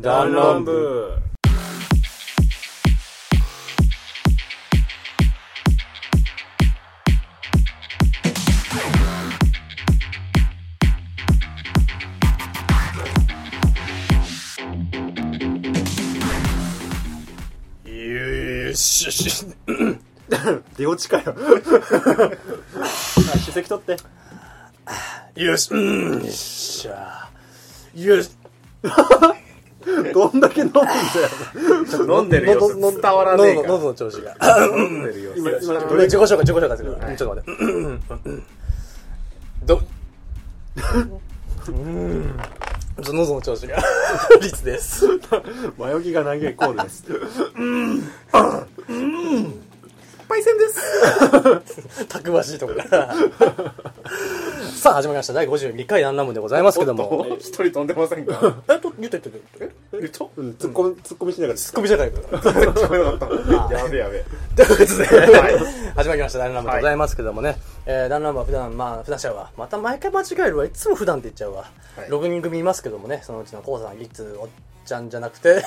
弾丸部よしよし出落ちか よあ主席取ってよしうんよっしゃ よしどんだけ飲むんだよ飲んでるよ喉伝わらねえ喉か喉の調子が。ら飲んでるよ今今ど俺れ自己紹介、自己紹介するから。ちょっと待って。 ど、うん。ちょっと喉の調子が。リ ツです。前置きが長いコールですパイセンです。たくましいとこから。さあ、始まりました。第52回ランラムでございますけども。一人飛んでませんかえっと、言った言った言った。ええっとうん突っ込み突っ込みしながらツッコミじゃないから。聞こえなかったやべやべということで、は始まりました、ダンラムでございますけどもね、えーダンラムは普段、まあ、普段ちゃうわ。また毎回間違えるわ。いつも普段って言っちゃうわ。はい6人組いますけどもね、そのうちのコウさん、リッツ、おっちゃんじゃなくて、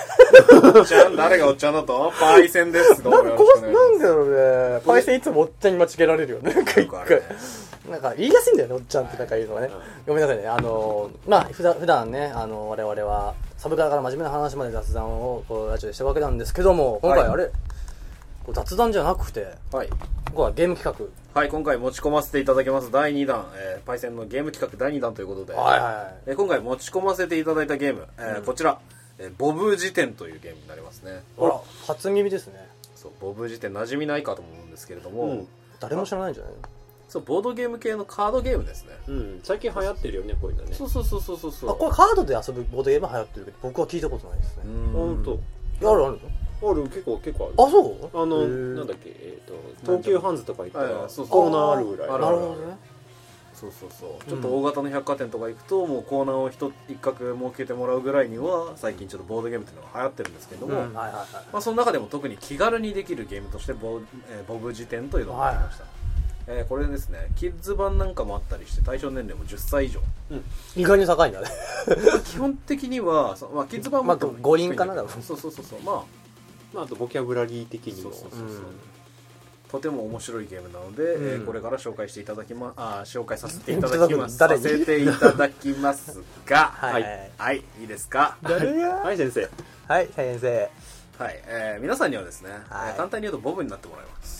おっちゃん誰がおっちゃんだとパイセンですどうなもんかよころしくおう、願いなんしだろうね、パイセンいつもおっちゃんに間違えられるよね、なんか一よくある回。なんか言いやすいんだよね、おっちゃんってなんか言うのはね。ごめんなさいね、あのー、まあ、普段普段ね、あのー、我々は、サブカルから真面目な話まで雑談をこうラジオでしてるわけなんですけども、今回はいあれ、こう雑談じゃなくて、ますはい今回はゲーム企画。はい今回持ち込ませていただきます第2弾えーパイセンのゲーム企画第2弾ということではいはいはい。えー今回持ち込ませていただいたゲームえーこちらえーボブ辞典というゲームになりますねあら、初耳ですね。そうボブ辞典馴染みないかと思うんですけれども、うん誰も知らないんじゃないそうボードゲーム系のカードゲームですねうん最近流行ってるよねこういうのねそうそうそうそうそうそうあ、これカードで遊ぶボードゲーム流行ってるけど、僕は聞いたことないですね。本当。あるあるある結構結構ああ、そうるあのへーなんだっけえっと東急ハンズとか行ったはいはらいそうそうコーナーあるぐらいあなるるあほるどね。そうそうそうちょっと大型の百貨店とか行くと、もうコーナーを一一角設けてもらうぐらいには最近ちょっとボードゲームっていうのが流行ってるんですけども、うん、はいはいはい。まあ、その中でも特に気軽にできるゲームとしてボ,、えーボブ辞典というのが出てきました、えーこれですねキッズ版なんかもあったりして対象年齢も10歳以上意外に高いんだね。基本的にはその、まあ、キッズ版もまあ五輪かな多分そうそうそうそうまあまああとボキャブラリー的にそもうそうそうう、そうんとても面白いゲームなので、えーこれから紹介していただきまあー紹介させていただきます誰さにせていただきますがはいは はいい、はい、いいですか誰やはい先生はい、先生。はい、えー皆さんにはですね、はいえー簡単に言うとボブになってもらいます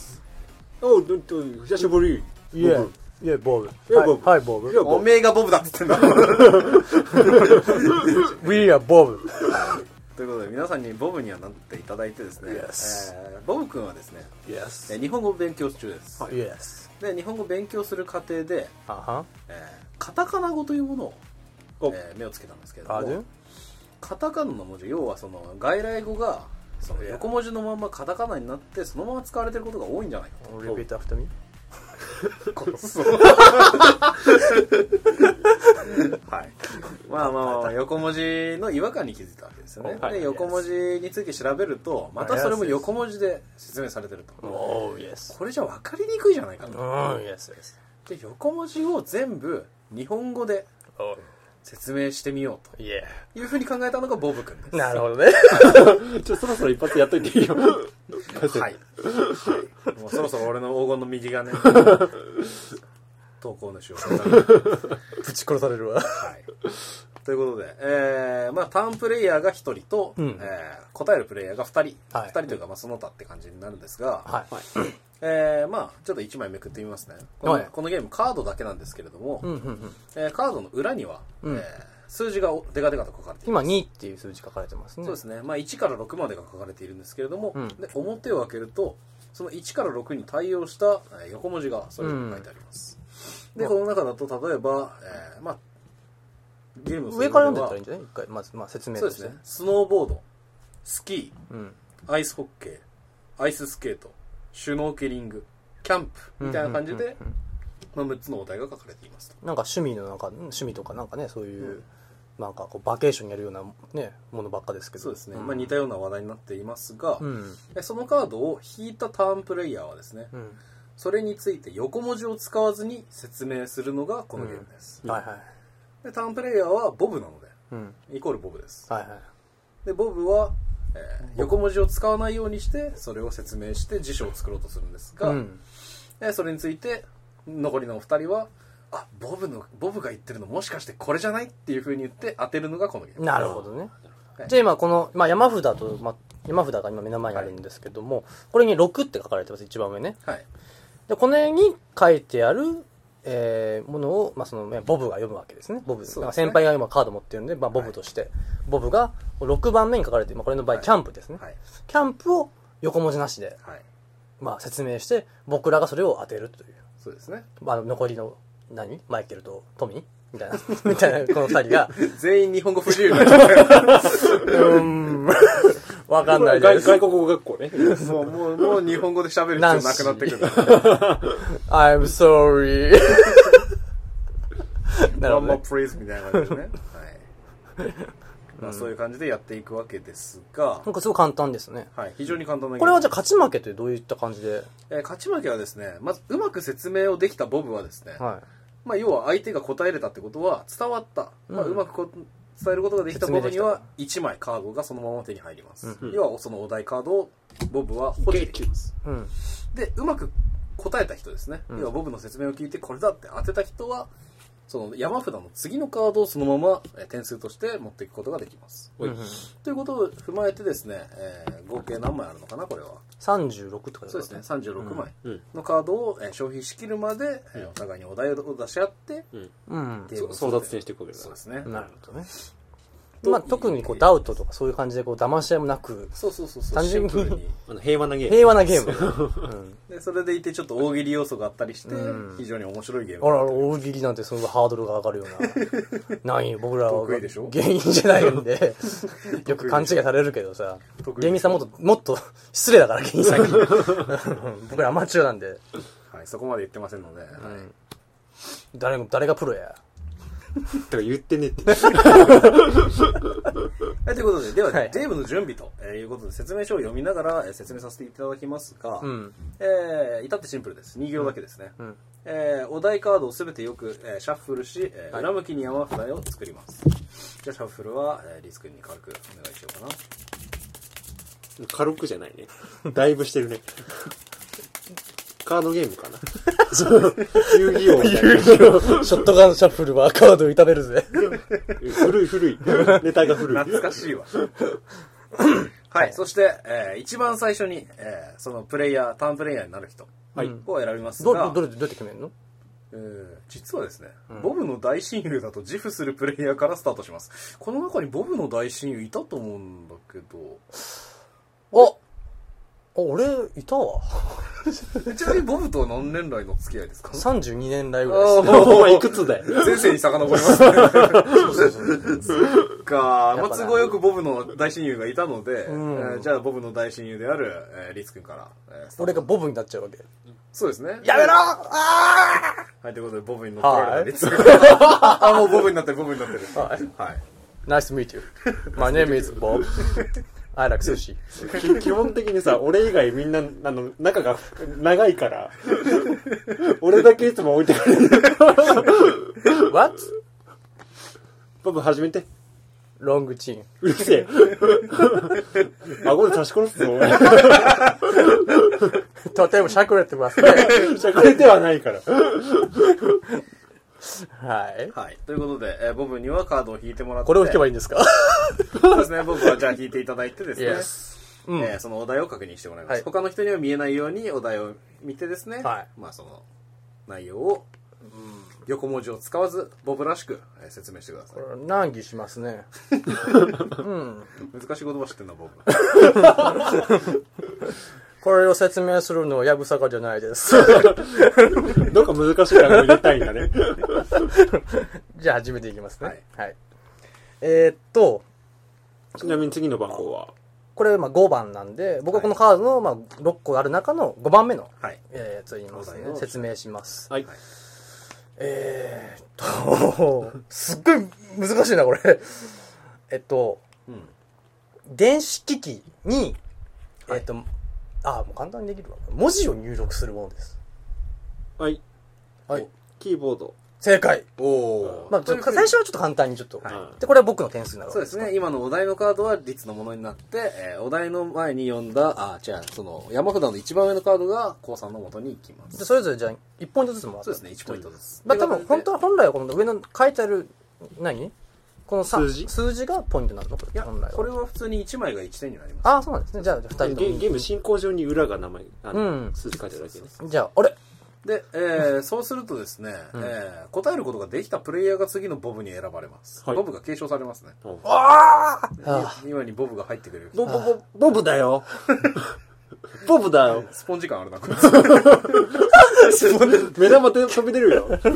おうどど久しぶりいえ、いえ、ボブ。 Yeah, は Bob. いはい、ボブ。 Yeah, おめえがボブだっつってん だ We are ボブ。ということで皆さんにボブにはなっていただいてですね、 Yes えーボブ君はですね、え Yes. ー日本語を勉強中です、 Yes. で日本語を勉強する過程で、あはえーカタカナ語というものを、おえー目をつけたんですけれどあもるカタカナの文字要はその外来語がその横文字のまんまカタカナになってそのまま使われてることが多いんじゃないか ?Repeat after me? はいまあまあまあ横文字の違和感に気づいたわけですよね、はいで横文字について調べるとまたそれも横文字で説明されてると Oh, yes. これじゃ分かりにくいじゃないか Oh, と yes, yes. で横文字を全部日本語で Oh, 説明してみよう yeah. というふうに考えたのがボブ君で すなるほどね。ちょそろそろ一発やっといていいよはい。もうそろそろ俺の黄金の右がね、投稿のしよう。 ぶち殺されるわ。はい。ということで、えー、まあ、ターンプレイヤーが1人と、んえー答えるプレイヤーが2人、二はい2人というか、まあ、その他って感じになるんですが、はい。えー、まあ、ちょっと1枚めくってみますね。この,、はいこのゲーム、カードだけなんですけれども、うんうんうん。えーカードの裏には、うんえー数字がおデカデカと書かれてい今、2っていう数字書かれてますね。そうですね、まあ、1から6までが書かれているんですけれども、うんで表を開けるとその1から6に対応したえー横文字がそれぞれ書いてあります、でこの中だと例えば、えーまあ、ゲームをす上るからの読んででっはたらいいんじゃない一回、まず、まあ、説明そうとでしすてね。スノーボードスキうん。ーアイスホッケーアイススケートシュノーケリングキャンプみたいな感じで、まあ、6つのお題が書かれていますとなんか趣味のなんか、うん趣味とかなんかね、そういう、なんかこう、バケーションやるようなね、ものばっかですけど。そうですね、んまあ、似たような話題になっていますが、うん。えそのカードを引いたターンプレイヤーはですね、うん。それについて横文字を使わずに説明するのがこのゲームです、はいはい。でターンプレイヤーはボブなのでうん。イコールボブですはいはい。でボブは、えー横文字を使わないようにしてそれを説明して辞書を作ろうとするんですが、うんえーそれについて残りのお二人は「あボブのボブが言ってるのもしかしてこれじゃない?」っていうふうに言って当てるのがこのゲームなるほどねはいじゃあ今この、まあ、山札と、まあ、山札が今目の前にあるんですけども、これに6って書かれてます一番上ねはいでこれに書いてある、えーものを、まあ、そのまあボブが読むわけですねボブそうですね先輩が今カード持ってるんで、まあ、ボブとして、ボブが6番目に書かれてまあ、これの場合、はいキャンプですね、はいキャンプを横文字なしで、はいまあ、説明して僕らがそれを当てるという、そうですねまあ、残りの何マイケルとトミーみたいな みたいなこの2人が全員日本語不自由になっちゃったわかんないで外す外国語学校ね。 もうもうもう日本語で喋る必要なくなってくる I'm sorry なるほ One ど more ね please みたいな感じですね はいまあそういう感じでやっていくわけですがなんかすごい簡単ですねはい非常に簡単なゲームこれはじゃあ勝ち負けってどういった感じで、えー勝ち負けはですねまずうまく説明をできたボブはですね、はまあ、要は相手が答えれたってことは伝わった、まあ、うんうまくこ伝えることができた説明ボでブきにたは1枚カードがそのまま手に入ります、要はそのお題カードをボブは保持できますい、うんでうまく答えた人ですね、ん要はボブの説明を聞いてこれだって当てた人はその山札の次のカードをそのままえー点数として持っていくことができますおいということを踏まえてですね、えー合計何枚あるのかなこれは36とかそうですね36枚うんのカードをえー消費しきるまでえーお互いにお題を出し合ってうん。うんゲームをすそる争奪戦していくわけだそうなですねなるほどねとまあ特にこうダウトとかそういう感じでこう騙し合いもな くそうそうそうそう単純にシンプルにあの平和なゲーム。平和なゲーム、うん、でそれでいてちょっと大喜利要素があったりして、うん非常に面白いゲームあら大喜利なんてすごいハードルが上がるよう な何よ僕らは得意でしょ芸人じゃない んでよく勘違いされるけどさ得意でしょ芸人さんもっともっと失礼だから芸人 さんにうん僕らアマチュアなんではい、そこまで言ってませんので、はい誰も誰がプロやとか言ってねって。はい、ということででは、はいゲームの準備とえーいうことで説明書を読みながらえー説明させていただきますが、うんえー至ってシンプルです2行だけですね、んえーお題カードを全てよく、えーシャッフルし、えー裏向きに山札を作りますじゃあシャッフルは、えーリス君に軽くお願いしようかな軽くじゃない ね。だいぶしてるね。カードゲーム かな。遊戯王みたいな。ショットガンシャッフルはカードを痛めるぜ古い古い。ネタが古い。懐かし いわはい、そして、えー一番最初に、えーそのプレイヤーターンプレイヤーになる人はいを選びますどが、どどれどうやって決めるのえー実はですね、ボブの大親友だと自負するプレイヤーからスタートしますこの中にボブの大親友いたと思うんだけどああ俺いた わちなみにボブとは何年来の付き合いですか32年来ぐらいですあねお前いくつだよ。前世に遡りますねそうそうそうかやっぱなまあ都合よくボブの大親友がいたので、んえーじゃあボブの大親友である、えーリツ君から、えースタート俺がボブになっちゃうわけそうですねやめろあはい、ということで、ボブに乗っ取られた率が。 あ、もうボブになってる、ボブになってる。はい。 Nice to meet you. My name is Bob. I like sushi. き基本的にさ、俺以外みんな、あの、仲が長いから、俺だけいつも置いてかれる。 What? ボブ始めて。 Long chin. うるせえ。顎で差し殺すぞ、お前。とてもしゃくれてますね。しゃくれてはないから。はい。はい。ということで、えーボブにはカードを引いてもらって。これを引けばいいいんですかい。そうですね。ボブはじゃあ引いていただいてです ね。うんえーそのお題を確認してもらいます、はい他の人には見えないようにお題を見てですね。はいまあ、その内容を、横文字を使わず、ボブらしく、えー説明してください。難儀しますね。難しい言葉知ってんな、ボブ。これを説明するのはやぶさかじゃないです。どっか難しい単語入れたいんだね。 じゃあ始めていきますね。ははいい。えーっと、ちなみに次の番号は、これまあ5番なんで、僕はこのカードのまあ6個ある中の5番目のはい。えーやつを言いますお題ねを。説明します。はい。えーっと、 すっごい難しいな、これ。えっと、うん。電子機器に、えっと、あ、もう簡単にできるわ。文字を入力するものです。はい。はい。キーボード、正解。おお、まあ、ちょっと最初はちょっと簡単にちょっと。はで、これは僕の点数になるわそけうですね今のお題のカードは律のものになって、えーお題の前に読んだあ違うその山札の一番上のカードが高さんの元に行きますで、それぞれじゃあ、1ポイントずつもらそうですね1ポイントですまあ、多分、本当は本来はこの上の書いてある、何このさ数字数字がポイントになるのこいれや本来これは。は普通に1枚が1点になりますああ、そうなんですね。じゃあ、2人ゲとも。ゲーム進行上に裏が名前、あうんの、数字書いてあるだけです。じゃあ、あれで、えーそうするとですね、んえー答えることができたプレイヤーが次のボブに選ばれます、はいボブが継承されますねうんあ今にボブが入ってくれるボボボ、ボブだよ。 ボ ブだよ。スポンジ感あるな これ目玉で飛び出るよ。ち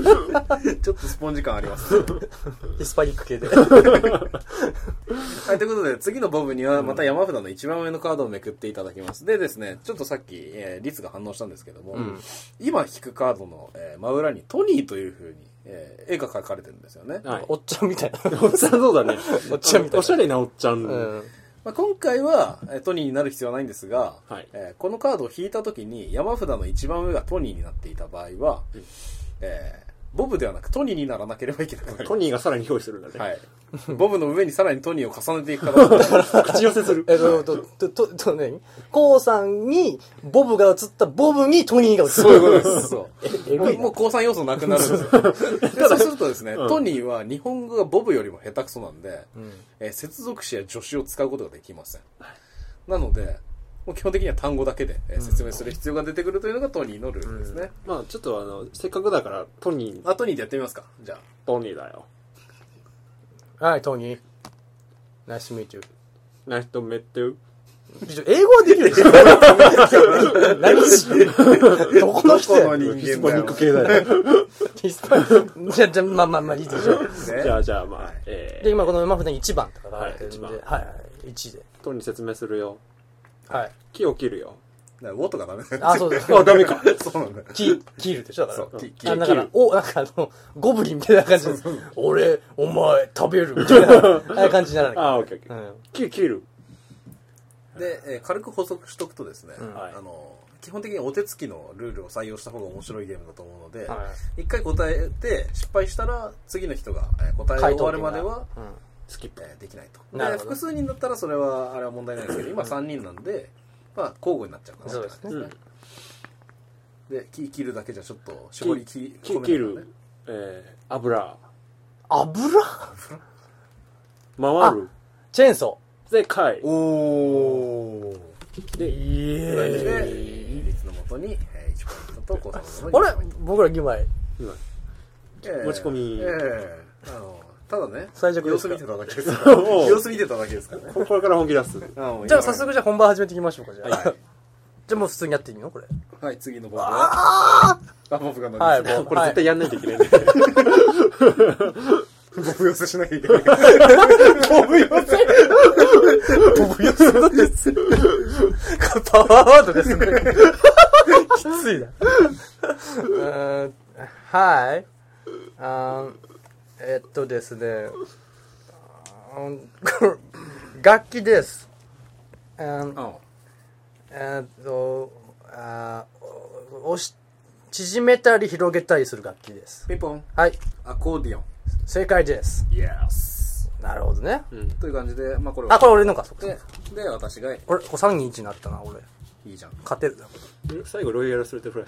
ょっとスポンジ感あります、ね、ヒスパニック 系で。はいということで次のボブにはまた山札の一番上のカードをめくっていただきますでですねちょっとさっき、えー、リツが反応したんですけども、今引くカードの、えー真裏にトニーというふうに、えー絵が描かれてるんですよね、はい。おっちゃんみたいな。おっちゃんそうだね。おっちゃんみたいなおしゃれなおっちゃん。うん。まあ、今回は、えートニーになる必要はないんですが、はいえーこのカードを引いた時に山札の一番上がトニーになっていた場合は、えーボブではなくトニーにならなければいけなくなりトまニーがさらに憑依するんだね。す、 はい、ボブの上にさらにトニーを重ねていく形になります口寄せする。えっと、と、と、と、と、何コウさんに、ボブが映った、ボブにトニーが映った。 そういうことですそうえもぐういなもう降参要素なくなるんですよでそうするとですね、トニーは日本語がボブよりも下手くそなんで、えー接続詞や助詞を使うことができませんなのでもう基本的には単語だけで、えー説明する必要が出てくるというのがトニーのルールですね、まあちょっとあの、せっかくだから、トニー、あ、トニーでやってみますか。じゃあ。トニーだよ。はい、トニー。ナイスミーチュー。ナイスとメットゥ。ちょ英語はできる何してどこの人や人ヒスパニック系だよ。ヒスパニックじゃ、じゃ、まあまあまあ、いいでしょう。じゃねあじゃあまあはい、えで、ー、今このマフで1番とかが入ってるんで、は、はいいは一いはい、1で。番トニー説明するよ。はい。木を切るよ。なウォとかダメだよ。あ、そうです。あ、ダメか。 そうなんだよ。キ、キールでしょだそかう、キキら。あ、だキかーらル、お、なんかあの、ゴブリンみたいな感じです。俺、お前、食べるみたいな、ああいう感じに ならない。あ、オッケーオッうケー。ん。木切る。で、えー軽く補足しとくとですね、んあの、基本的にお手つきのルールを採用した方が面白いゲームだと思うので、は一回答えて失敗したら、次の人がえー答え終わるまでは、うん。スキップ。えーできないと。なるで、ほど複数人だったらそれは、あれは問題ないですけど、今3人なんで、まあ、交互になっちゃうかなそうってですね。うん。で、キ切るだけじゃちょっと、絞り切木切る。。えー、油。油回る。チェーンソで、貝。おー。で、いで、率のもとに、えー、1ポイントと高さのー。もあのれに1ポイント僕ら2枚。ええ持ち込みええあの、ただね、最弱で様すか子見てただけですから。おう様子見てただけですからね。これから本気出す。じゃあ早速じゃあ本番始めていきましょうか、 じゃあ。はじゃあもう普通にやっていいのこれ。い。はい、次のボブは。あ、ボブが乗りはい、ま しもう。これ絶 対やんないといけないね。たボブ寄せしなきゃいけない。パワーワードですね。きついな。うーんはい。あーえっとですね。あーこれ楽器です。あーあえっと、あーお押し、縮めたり広げたりする楽器です。ピンポン、はい、アコーディオン。正解です。イエス。なるほどね。という感じで、まあこれあ、これ俺のか、そっか。で、で、私が、い俺、これ3、2、1になったな、俺。いじゃん。勝てるな。最後、ロイヤルスレッドフライ。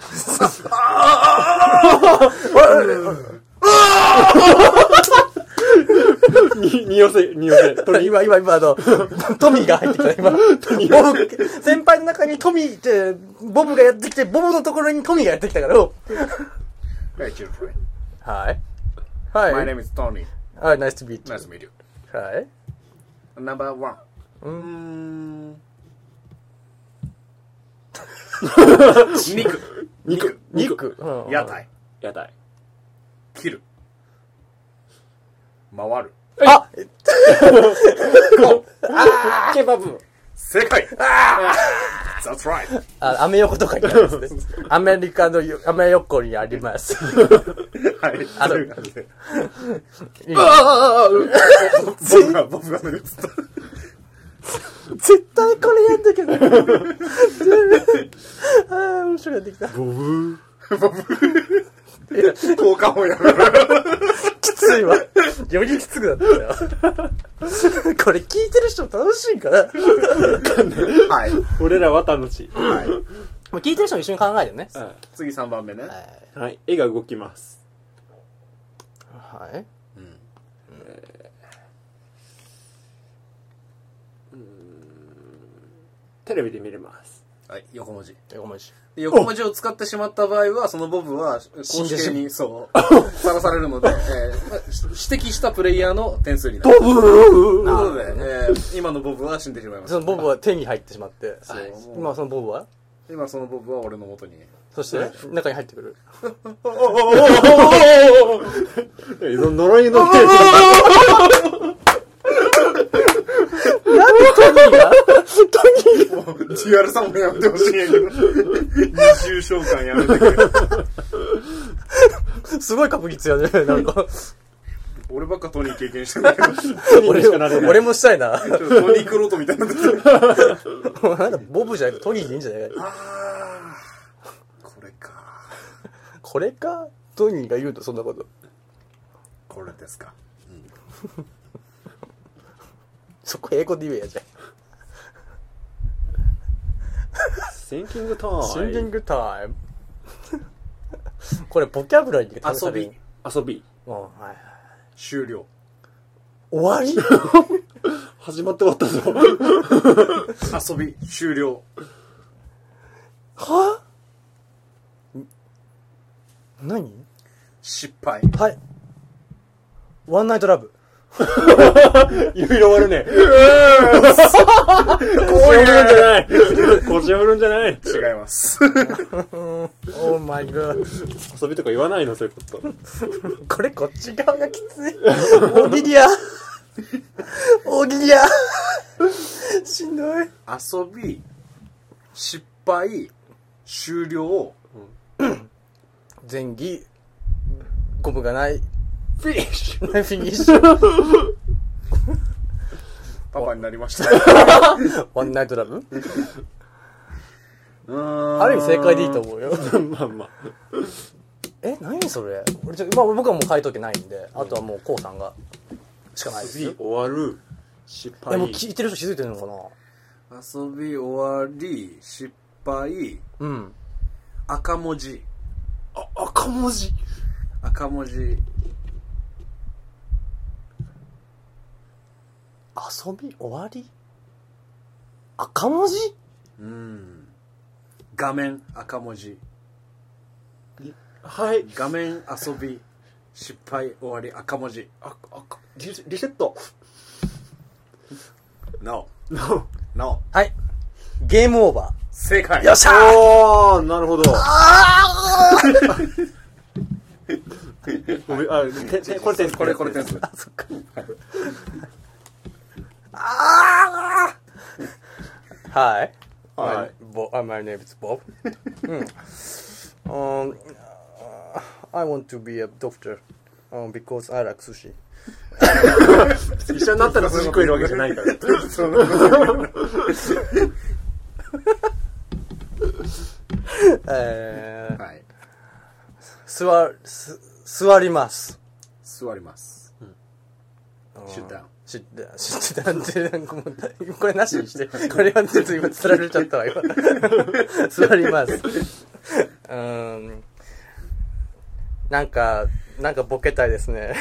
に、に寄せ、に寄せ。これ今、今、今、あの、 トミーが入ってきた、今。ボブ、先輩の中にトミーって、ボブがやってきて、ボブのところにトミーがやってきたから、おはい、チューフレン。はい。はい。 My name is Tony. はい、ナイスとビーチ。 Nice to meet you. はい。 Number one. うーんん。肉、肉、肉。肉。うん屋。台、屋台。切る。回る。あケバブ。正解 !That's right! あ、アメ横とか行ったんですね。アメリカのよ、アメ横にあります。はい。あのという感じで。いいああ僕が、僕がね、ずっと。 絶対これやんだ けど。あー、面白いやってきた。ボブ効果音やめろ。きついわ。よりきつくな ったよ。これ聞いてる人楽しいかなはい。俺らは楽しい。はもう聞いてる人も一緒に考えてね。ははい。次3番目ね。い。い。はい。絵が動きます。はい。テレビで見れます。はい、横文字。横文字。で横文字を使ってしまった場合は、そのボブは、死ん公でし式まうに、そう、さらされるので、えーまあし指摘したプレイヤーの点数になる。ボブということで、えー今のボブは死んでしまいましそのた。ボブは手に入ってしまって。はい今そのボブは今そのボブは俺の元に。そして中に入ってくる。呪い のテーデュアルさんもやめてほしいんやけど。二重召喚やめてくれ。すごい歌舞伎強い ね。なんか。俺ばっかトニー経験してんだけど、ちょプにしかなれない。俺もしたいな。っとトニークロートみたいになってきてる。もうなんだボブじゃなくてトニーでいいんじゃないあーこれか。これかトニーが言うとそんなこと。これですか。そこ英語で言えやじゃシンキングターン。あ。シンキングタイム。これボキャブラリーが試される遊び。遊び。うん、はい。終了。終わり始まって終わったぞ。遊び、終了。は何失敗。はい。ワンナイトラブ。いろいろ終わるね。こじゃるんじゃない。こじゃるんじゃない。違います。オーマイガー。遊びとか言わないの、そういうこと。これこっち側がきつ い。大喜利や。大喜利や。しんどい。遊び、失敗、終了、前儀、ゴムがない、フィニッ シフィニッシュ、パパになりました。 ワンナイトラブうーんある意味正解でいいと思うよ。ュまあまあ。え、何それ俺ちょ、まあ、僕はもう回答権ないんで、あとはもう、こうさんが、しかないですよ。次、終わる。失え、敗。もう聞いてる人気づいてるのかな遊び終わり、失敗、うん。赤文字、あ赤文字。赤文字、遊び終わり赤文字うん。画面、赤文字、はい。画面、遊び、失敗、終わり、赤文字。あ、あ、リセリセット。 No, な no. はい。ゲームオーバ正解。ー。よっしゃーおー、なるほど。あーごめん、あ、ててこれ点数。これ、これ点数。 はい。はい。 Bo- uh, my name is Bob. Hmm. um, uh, I want to be a doctor um, because I like sushi. 一緒になったら筋食えるわけじゃないから。えー、はい。座、す座ります。座ります。シュッダウン。知って、知ってたんて、なんかもう、これなしにして。これはちょっと今、つられちゃったわ、今。 座ります。うーん。なんか、なんかボケたいですね。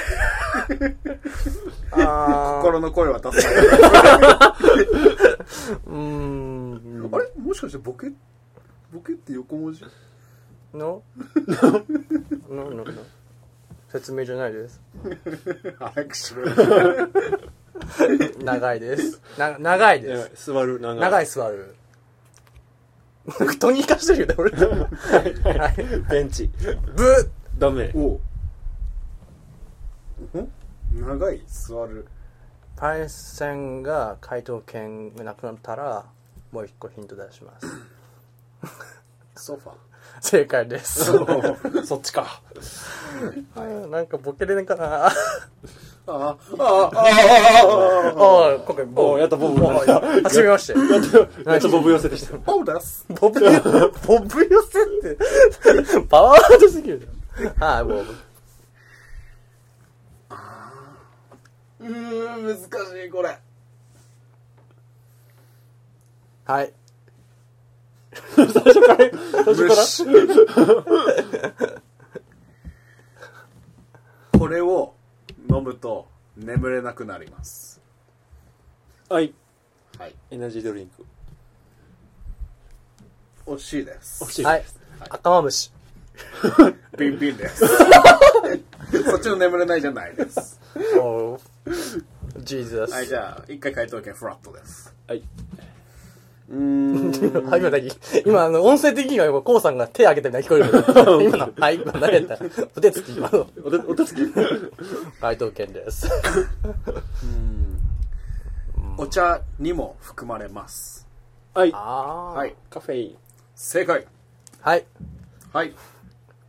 あー心の声は出さない。うーん。あれもしかしてボケボケって横文字 のののの説明じゃないです。早くしろよ。長いです。な、長いやでばいす。座る、長い。長い座る。 なんか、とにかしてるよね、俺。はい。ベンチ。ぶダメ。おうん長い座る。パイセンが回答権がなくなったら、もう一個ヒント出します。 ソファ。正解です。そっちか。 はい なんかボケれねえかな。あああ、ああ、あ、今回おボうやっとボブが来た。ブ。はじめまして。やっとボブ寄せてきた。ボブです。 ボブ、ボブ寄せって、パワードすぎるじゃん。はい、ボブ。うーん、難しい、これ。はい。これを飲むと眠れなくなります。はい。はい。エナジードリンク。惜しいですお。しい。はい。赤マムシ。ビンビンです。そっちの眠れないじゃないです。おジーズス。はい、じゃあ、一回回答権フラットです。はい。うーん。はい、今何今、あの、音声的には、今、こうさんが手挙げてるのが聞こえるけど。今の、はい、今何やったお手つき、今の。お手、お 手つき回答権です。お茶にも含まれます。はい。あはい。カフェイン。正解。ー。はい。はい。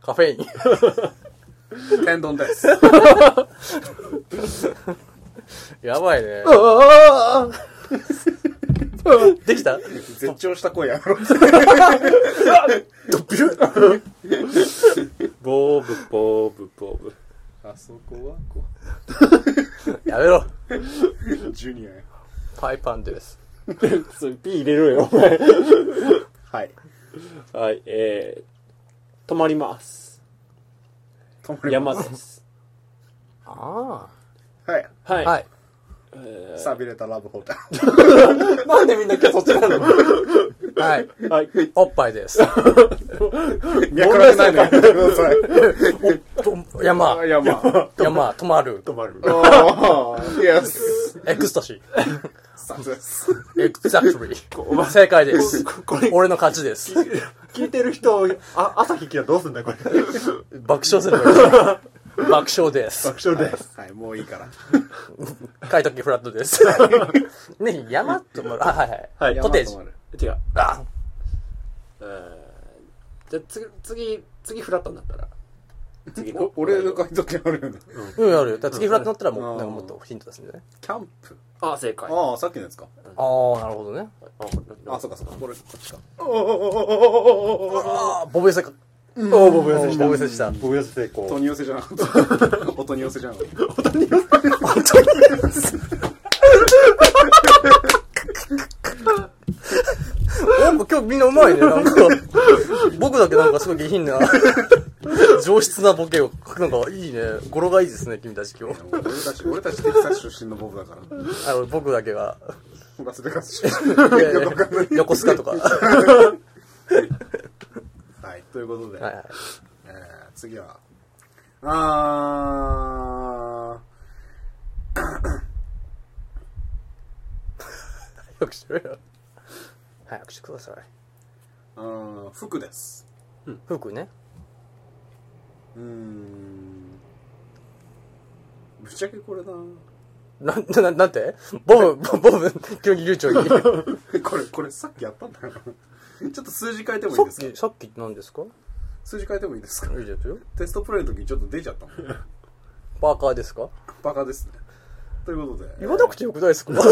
カフェイン。 天丼です。やばいね。ああできた 絶頂した声やろう。ボーブ、ボーブ、ボーブ。あそこはこやめろ。うジュニアやパイパンです。それ、ピー入れろよ、お前。はい。はい、えー、止まります。止まりま山すです。あはい。はい。あ。 はい。さびれたラブホテル。なんでみんな今日そっちなのはい。はい。 おっぱいです。 脈絡ないのやめてください。 と山あ、、いや、まあ。山、止まる。止まる。 ああ、イエス。エクスタシさすがです。ー。エクサクトリー。正解です。これ、俺の勝ちです。聞いてる人、あ、朝聞きはどうすんだ よ、これ。爆笑すればいい。爆笑です。爆笑です。はい、もういいから。書いときフラット です。ね、山とも、あ、はいはい。はい。コテージ山泊まる違う。あ、えーじゃあ、次、次、次フラットになったら。次おの。俺の回答権あるよね。うん、あるよ。だから次フラットになったらうもんう、なんかもっとヒント出すんじゃないキャンプ。あ、正解。ああ、さっきのやつか。ああ、なるほどね。あ、そうかそうか。これ、こっちか。ああ、ボブ寄せか。おお、ボブ寄せした。ボブ寄せした。僕寄せ成功。音に寄せじゃなか った。音に寄せじゃなかった。なんか今日みんなうまいね、なんか。僕だけなんかすごい下品な、上質なボケを、なんかいいね。語呂がいいですね、君たち今日。俺たち、俺たちテキサス出身の僕だから。 あの僕だけが、ラスベガス出身。いやいや横須賀とか。ははい、ということで、いはい。えー、次は、あよくしてるよ。早くしてください。ー、うーん、服です。服ね。うーん。ぶっちゃけこれなな ん、な、なんてボブ、ボボブ、急に流暢 に。これ、これさっきやったんだよ。 ちょっと数字変えてもいさいでっすかき、さっき何ですかい数字変えてもいいですかいですよ。テストプレイの時ちょっと出ちゃったもん。パーカーですかバカですね。ということで。言わなくてよくないで すかいや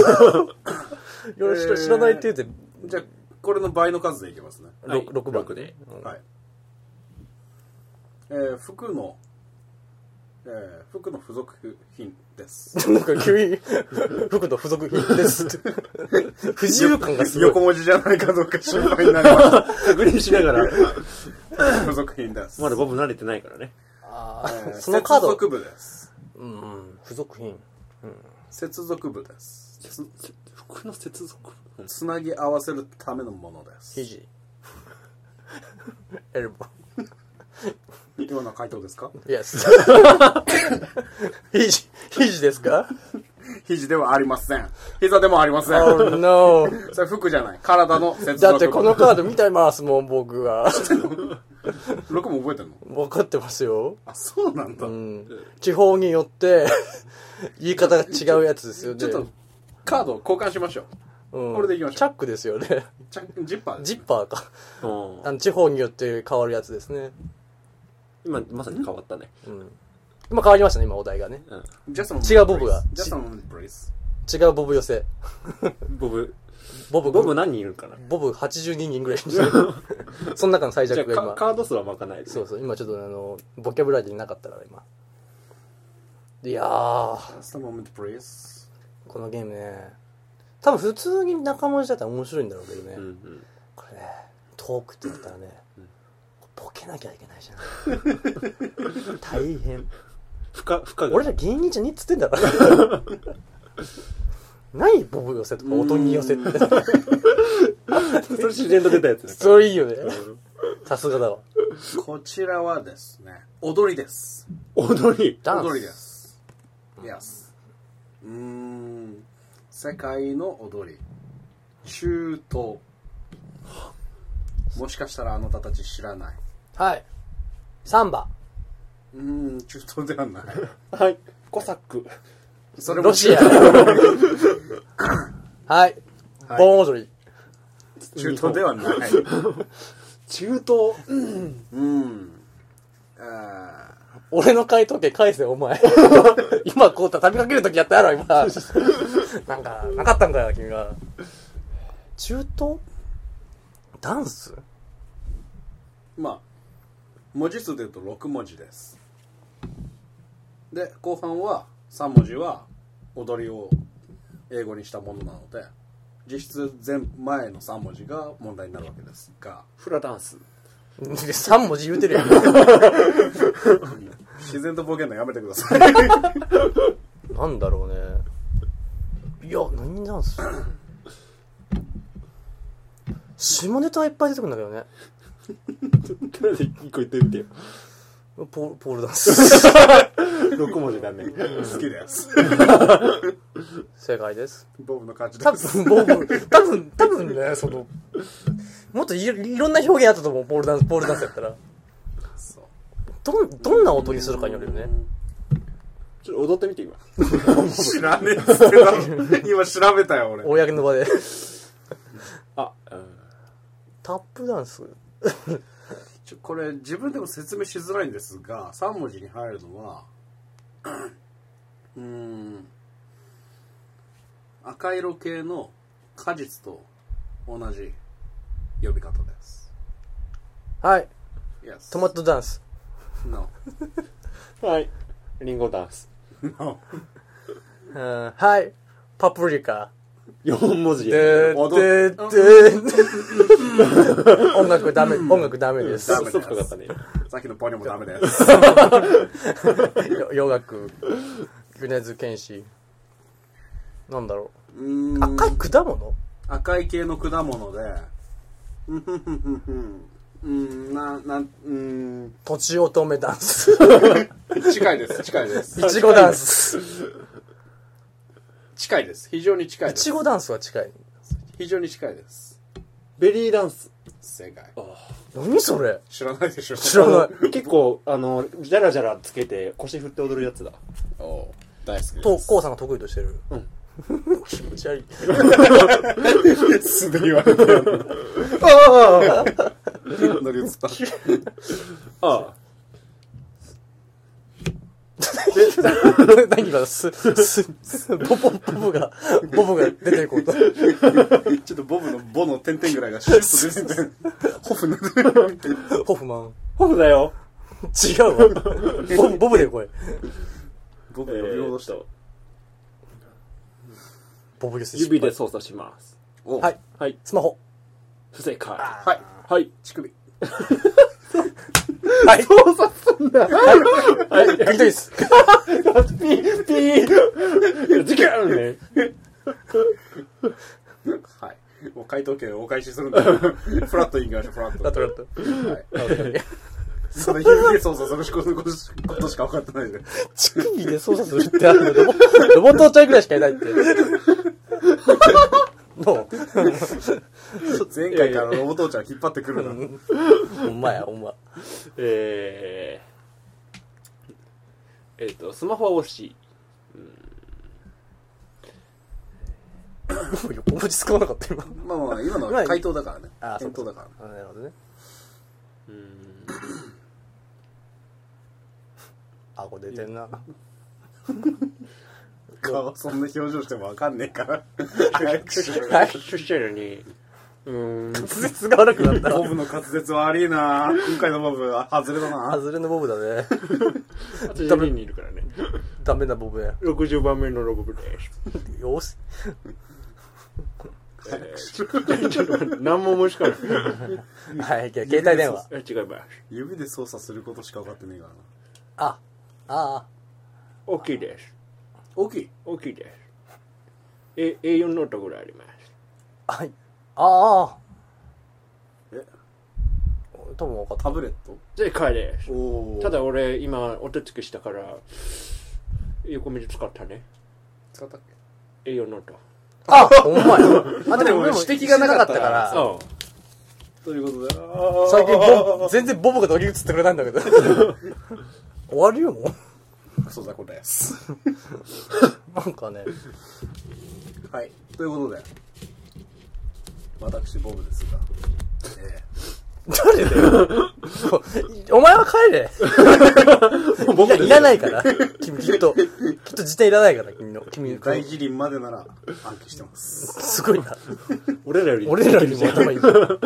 知ら知らない程度で、じゃあ、これの倍の数でいきますね。はい 6, 六番。六でうんはい。えー、服の、えー、服の付属品です。なんか急に、服の付属品ですって。不 自由感がすごい。横文字じゃないかどうか心配になりま確認しなが ら。す。付属品で す。まだボブ慣れてないからね。あえーーそのカー接ド。続部です。うんうん、付属品。接続部です。つ服の接続。つなぎ合わせるためのものです。 肘。エルボ今のは回答ですかー。イエス。肘、肘ですか肘ではありません。膝でもありません。 ?Oh no. それ服じゃない。体の接続部。だってこのカード見てますもん、僕は。 6も覚えてんの分かってますよ。あ、そうなんだ。うん。地方によって、言い方が違うやつですよね。ちょっと、カードを交換しましょう。うん、これでいきましょうチャックですよね。ちゃんジッパーですジッパーか。うんあの、地方によって変わるやつですね。今、まさに変わったね。うん。今変わりましたね、今お題がね。うん。ジャスモン違う僕がジャスモンプリーズ。違うボブ寄せ。ボブ、ボブ、ボブ何人いるんかなボブ82人ぐらいにして その中の最じゃあ弱がカ今。カード数はまかないでそうそう、今ちょっとあの、ボキャブラリーなかったから今。いやー、 Just a moment, please. このゲームね、多分普通に仲間内だったら面白いんだろうけどね。うんうんこれね、トークって言ったらね、ボケなきゃいけないじゃん。大変。負荷負荷が俺ら芸人じゃねえっつってん だから。ないボブ寄せとか、音に寄せって。それ自然と出たやつだかそれいいよね。さすがだわ。こちらはですね、踊りです。ら踊りダン踊りでス。す。Yes. うーん。世界の踊り。中 東。もしかしたらあなたたち知らない。はい。サンバ。うーん、中東で はない。はいコサックそれもロシア。 はい。盆踊り。中東で はない。中東うん。あ俺の回答権返せよ、お 前。今こうた、旅かけるときやったやろ、今。 なんか、なかったんかよ、君は。中東ダンスーまあ、文字数で言うと6文字です。で、後半は3文字は踊りを英語にしたものなので、実質前前の3文字が問題になるわけですが、フラダンス ?3 文字言うてるやん。自然とボケるのやめてください。 なんだろうね。いや、何ダン ス下ネタはいっぱい出てくるんだけどね。とりあえず一個言ってみてよポール、ポールダンス。 6文字だね好きです。 正解です。ボブの感じで多す。分、僕、多分、多分ね、その、もっといいろんな表現あったと思う、ポールダンス、ポールダンスやったら。そうどん、どんな音にするかによるよね。ちょっと踊ってみて今知らねえっつってた今調べたよ、俺。公の場で。あうんタップダンスちょこれ自分でも説明しづらいんですが3文字に入るのは うーん赤色系の果実と同じ呼び方ですはい。 Yes トマトダンス。 No はいリンゴダンス No うん、はい。パプリカ。 4文字やで、で、で踊っ、音楽ダメ、音楽ダメです。ダそメうです深かったねさっきのポニョもダメですよ洋楽米津玄師なんだろうーうん赤い果物赤い系の果物でうんふんふんふんふんうーんななんうーんとちおとめダン ス近いです近いですいちごダンス近いです非常に近いいでちすごダンスは近い非常に近いですベリーダンス正解何それ知らないでしょ知らない結構あのジャラジャラつけて腰振って踊るやつだおう大好きとですこうさんが得意としてる、気持ち悪い滑り割 れてああ乗り移ったあ何がすすすボボボブがボブが出てることちょっとボブのボの点々ぐらいがシュ ッと出ててホ フのホフマンあそうだよ違うわボブボブでこれボブ呼び戻したえーっとボブ寄せ失敗指で操作しますおうはいはいスマホ不正解はいはい乳首はい操作すんなはいはいビクトリスピーピ ー時間ねはいもう回答権をお返しするん だよフラットいきましょうフラットラットラットはいその指で操作することしか分かってないで乳首で操作するってあるのロボロボットおっちゃんぐらいしかいないって。ど前回からロボ父ちゃん引っ張ってくるなうほんまや、ほんま。えー、えーっとスマホは惜しい横文字使わなかった今。まあまあ今のは回答だからねあそう返答だからねあなるほどね。うーん顎出てんな。顔そんな表情してもわかんねえ から。握手してるのに、う ーん、滑舌が悪くなったボブの滑舌悪いな今回のボブは外れだな外れのボブだね。 ダメにいるからね。ダメなボブや。 60番目のロゴブです。よし。何も思いつか ない。はい、じゃあ携帯電話。え違います。指で操作することしか分かってねえからな。あ、あ大きいです。大きい。大きいです。え、A4 ノートぐらいあります。あ、はい。ああ。え多分分かった。タブレット正解です。おただ俺、今、お手つきしたから、横水使ったね。使ったっ A4 ノート。あ、ほんま や。あ、でも俺俺もも指指摘摘ががななかかっったたかからら、そけということで。あ最近ボ、全然ボブが乗り移ってくれないんだけ ど。終わるよ、もう。あ。クソだこれ。なんかね。 はい。ということで、私、ボブですが、え誰だよ。お前は帰れ。いや、いらないから。君、きっと。きっと自体いらないから、君の。君えの大辞林までなら暗記してます。すごいな。俺らより俺らよりも頭いい。は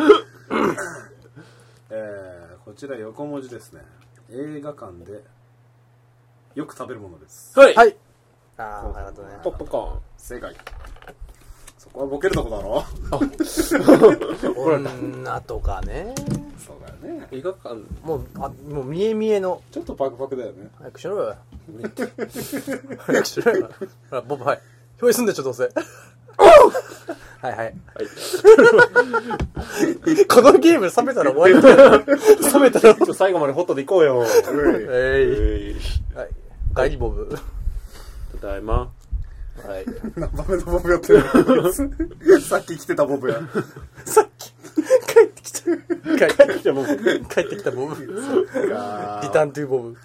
えー、こちら横文字ですね。映画館でよく食べるものです。はい。い。ああ、なるほどね。ポップコ正解。そこはボケるとこだろ女とかね。そうだよね。ーン。映画館、もう、あ、もう見え見えの。ちょっとパクパクだよね。早くしろよ。早くしろ よ。ほら、ボブ、はい。表すんでちょ、どうせ。はいはい。このゲーム冷めたら終わり だよ。冷めたら。最後までホットで行こうよ。え えーい。はい。ガリボブ。ただいま。はい。何番目のボブやってる さっき来てたボブや。さっき、帰ってきた。帰ってきじゃあもう、た。帰ってきたボブ。リターントゥーボブ。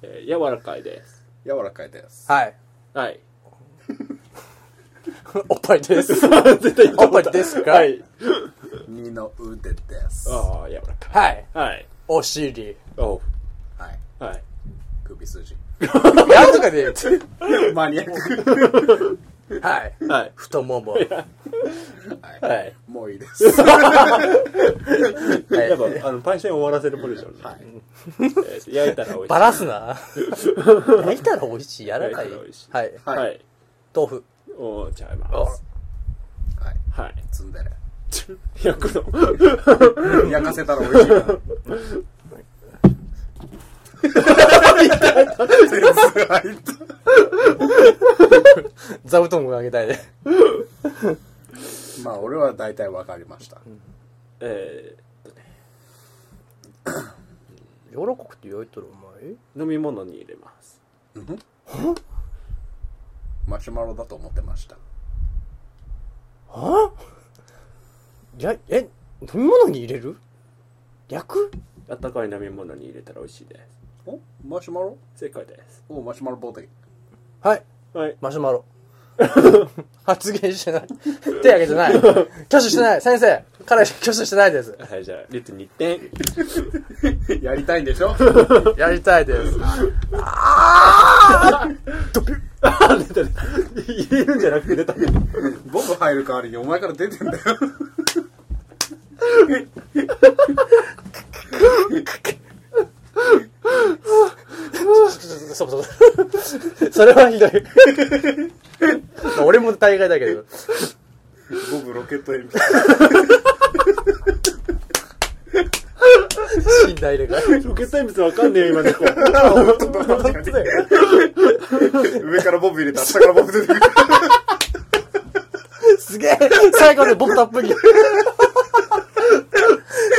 えー柔らかいです。柔らかいです。はい。はい。おっぱいです。 絶対おっぱいですかはい。二の腕です。はああ、柔らかはい。い。はい。お尻。おい。はい。首筋。なんとかで言マニアック。う。はい。はい。太もも。ははい。い。もういい です。やっぱ、あの、パイセン終わらせるポジションね。はいえー焼いたら美味しい。バラす な。焼いたら美味しい。柔らかい。焼いたら美味しいはい。はいはい。豆腐。おー、ちゃいまおす。はい。はい。ツンデレ。焼くの。焼かせたら美味しいから。 座布団をあげたいね。まあ俺は大体わかりました。え柔らかくて焼いたらうまいー飲み物に入れます。マシュマロだと思ってました。はぁや、え、飲み物に入れる焼くあったかい飲み物に入れたら美味しいでおマシュマロす。正解です。おマシュマロボデはい。はい。マシュマ ロ。発言してない。手挙げてない。挙手してない。先生、彼挙手してないです。はい、じゃあ、リツ2点。ィ。やりたいんでし ょやりたい です。あ、出た出た。入れるんじゃなくて出た。ボブ入る代わりにお前から出てんだよ。そうそうそう。それは ひどい。俺も大概だけど。ボブロケット鉛筆。信頼でかい。ロケット鉛筆わかんねえよ、 今の子。本当だよ。上からボブ入れて下からボブ出てくる。すげえ最後で僕たっぷり。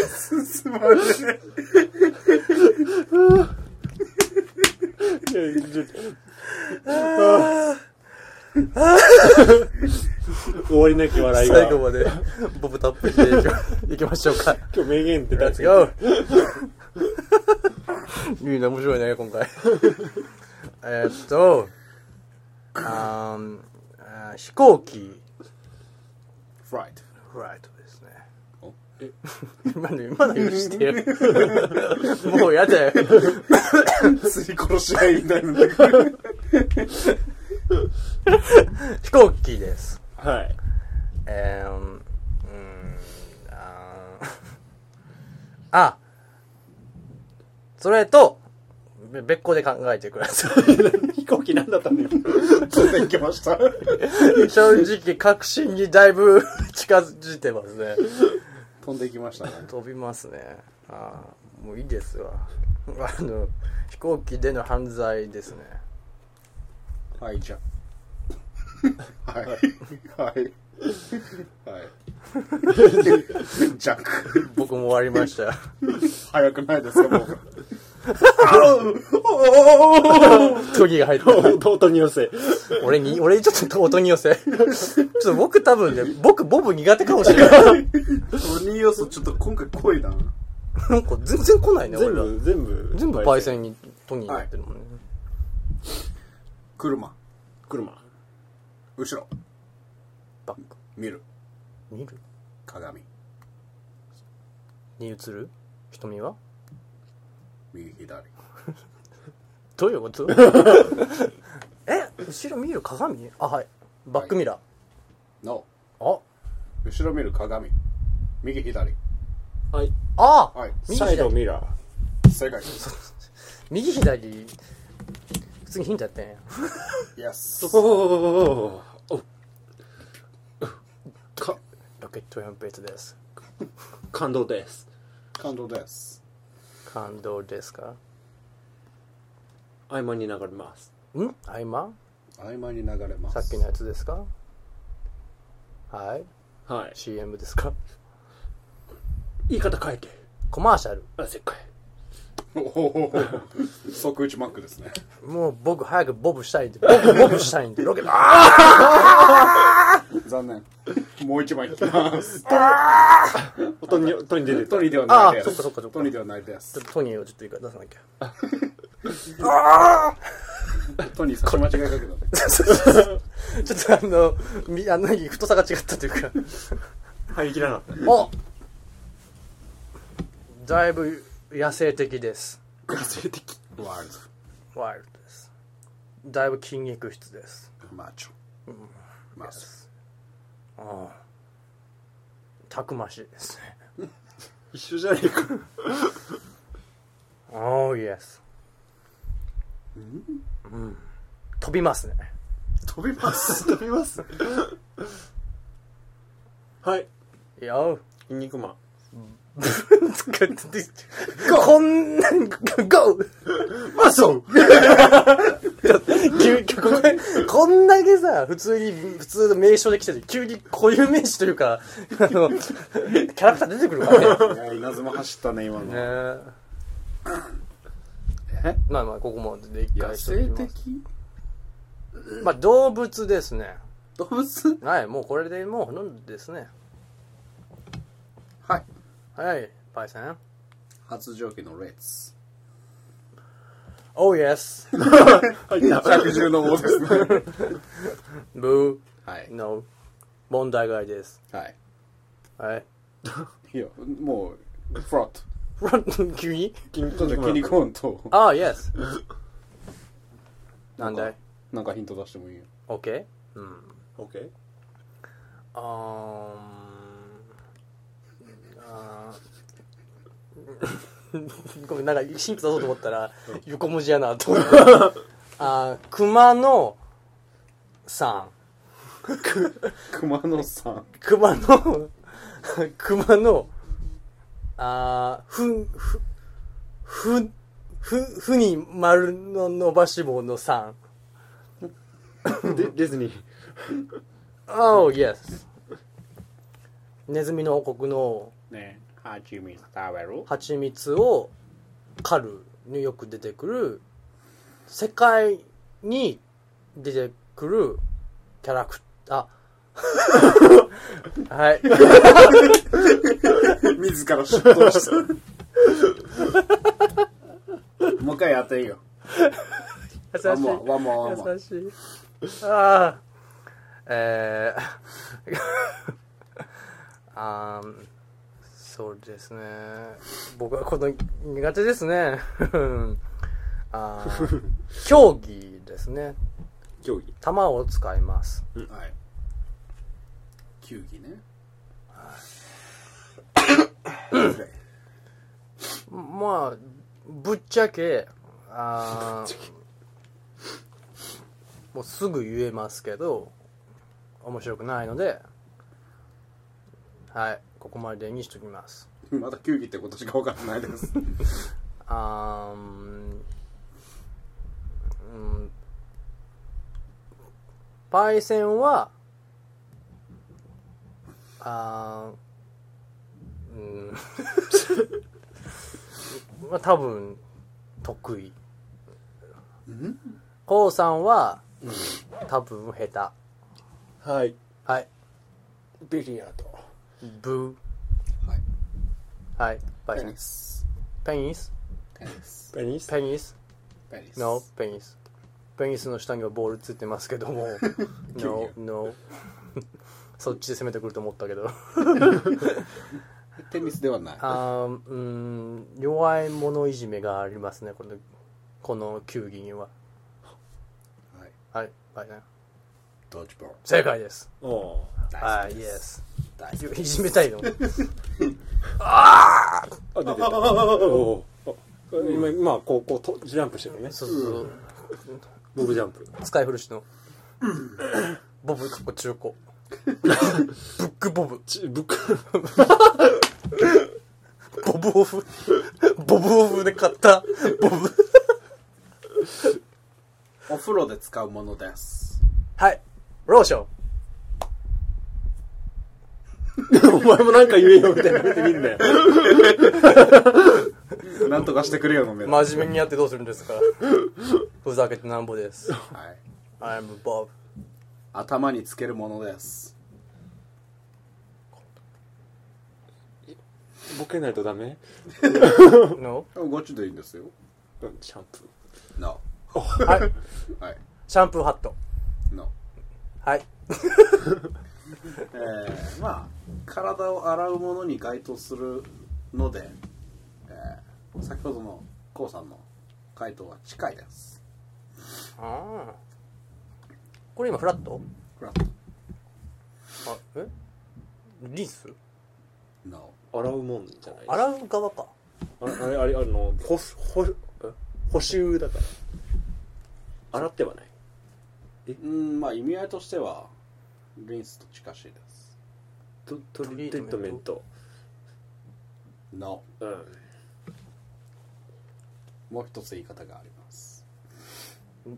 つまんねえ終わりなき笑いが。最後まで、ボブたっぷりでいきいきましょうか。今日名言って違た。う。みんな面白いね、今回。えーっと、あーんあー飛行機、フライト。フライトですねお。 今の、今の許してよ。もうやだよ。釣り殺し合いみたいなんだけど。飛行機です。はい。えー、うん、あー あ、それと、べ別個で考えてください。飛行機なんだったんだよ。続きました。正直、確信にだいぶ 近づいてますね。飛んでいきましたね。飛びますね。あーもういいですわ。あの、飛行機での犯罪ですね。はい、じゃあ。はい。はい。はい。ジャック。僕も終わりました。早くないですか、僕。トギが入った。弟に寄せ。俺に、俺ちょっと音に寄せ。ちょっと僕多分ね、僕ボブ苦手かもしれない。トニー要素ちょっと今回濃いな。なんか全然来ないね、全俺ら。部、全部。全部パイセンにトニーになってるもんね。車。車。後ろ。バック。見る。見る鏡。に映る瞳は右、左。どういうこと え後ろ見る鏡あ、はい。バックミラの。ー。あ、後ろ見る鏡。右、左。はい。あはい。右サイド左。ミラー。正解。右左。普通にヒントやったんや。イエス。おおおか、ロケットヤンペーツです。感動です。感動です。感動ですか合間に流れます。ん合間合間に流れます。さっきのやつですかはい。は CM ですかい。言い方変えて。コマーシャルあ、せっかい。おお即打ちマックですね。もう僕早くボブしたいんで僕ボブしたいんでロケあ残念。もう一枚いき ます。音に、音に出てたト。ニーではないです。あそっかそっかそっかトニーではないですちょっ。とトニーをちょっと一回出さなきゃトニー差し間違いかけたね。 ちょっとあのみあの太さが違ったというか入りきらなかっおだいぶ野生的ですた。忘れてき。ワールワイルドですだいぶ筋肉質ですド。マッチョ。マスああたくましいですね一緒じゃねえか。おーイエスうん飛びますね飛びます。飛びます。はい。よー筋肉マン。 こんなに、ゴーマソン 急これこんだけさ、普通に、普通の名称で来てて、急に固有名詞というか、あの、キャラクター出てくるから ね。いや、稲妻走ったね、今ねの。ええまあまあ、ここもで一野回してお生きま的す。まあ、動物ですね。動物はい、もうこれでもう、なんですね。はい。はい、パイセン。発情期のレッツ。 Oh yes, 百獣の王ですね。 boo, はい。 no. 問題外です。はい。はい。いや、もう、フロット。急に筋肉ちょっとキニコーンと、 ああ、yes. なんだいなんかヒント出してもいいよ。 ?OK? うん。オッケー。あーんあー ごめんなんかヒント出そうと思ったら横文字やな と思ってあー熊野さん熊野さん。 熊野 熊野あーふんふふんふふに丸の伸ばし棒のさんデディズニー。 Oh yes ネズミの王国のねはちみつ食べる蜂蜜を狩るによく出てくる世界に出てくるキャラクター はい自ら出頭した。 もう一回やっていいよ。優しワンモア、ワ ンモア、ワンモア。優しいああえー あーそうですね僕はこの苦手 ですねあー競技ですね競技弾を使います。はい球技ねまあ、ぶっちゃけ、あーもうすぐ言えますけど、面白くないので、はい、ここまでにしときます。まだ球技ってことしか分からないですあーん、うん、パイセンは、あーうん、 まあ多分、得意。こうさんは、多分下はい手。はい。ビリヤードブはいー。はい。パイペセンニ。スペニスペニスペニスペニスペニス ?No, ペニス。ペニスの下にはボールついてますけ ども。no, no. そっちで攻めてくると思ったけど。テニスではないあーうーん、弱い者いじめがありますね、この、この球技には。はいはい。パイセンドッジボール正解です。おお大はい、好きイエですス。大好きいじめたいの。あ出てたおーあ今今こうこうとジャンプしてるねそうそうそう。ボブジャンプ使い古しのボブかっこ中 古ブックボブちぶっくボブオフボブオフで買ったボブお風呂で使うものですはいローション お前もなんか言えよみたいになってみんなよなんとかしてくれよの目だ真面目にやってどうするんです かふざけてなんぼですはい I'm Bob 頭につけるものですボケないとダメの、ガチでいいんですようんシャンプ No はい、はいシャンプーハット No はいえー、まあ体を洗うものに該当するので、えー先ほどのこうさんの回答は近いですあーこれ今フラットフラットあえリンス No ー洗うもんじゃない洗う側かあれあれあれあの補補補修だから洗ってはないうーんまあ意味合いとしてはリンスと近しいですトトリートメント No うんもう一つ言い方がありますんん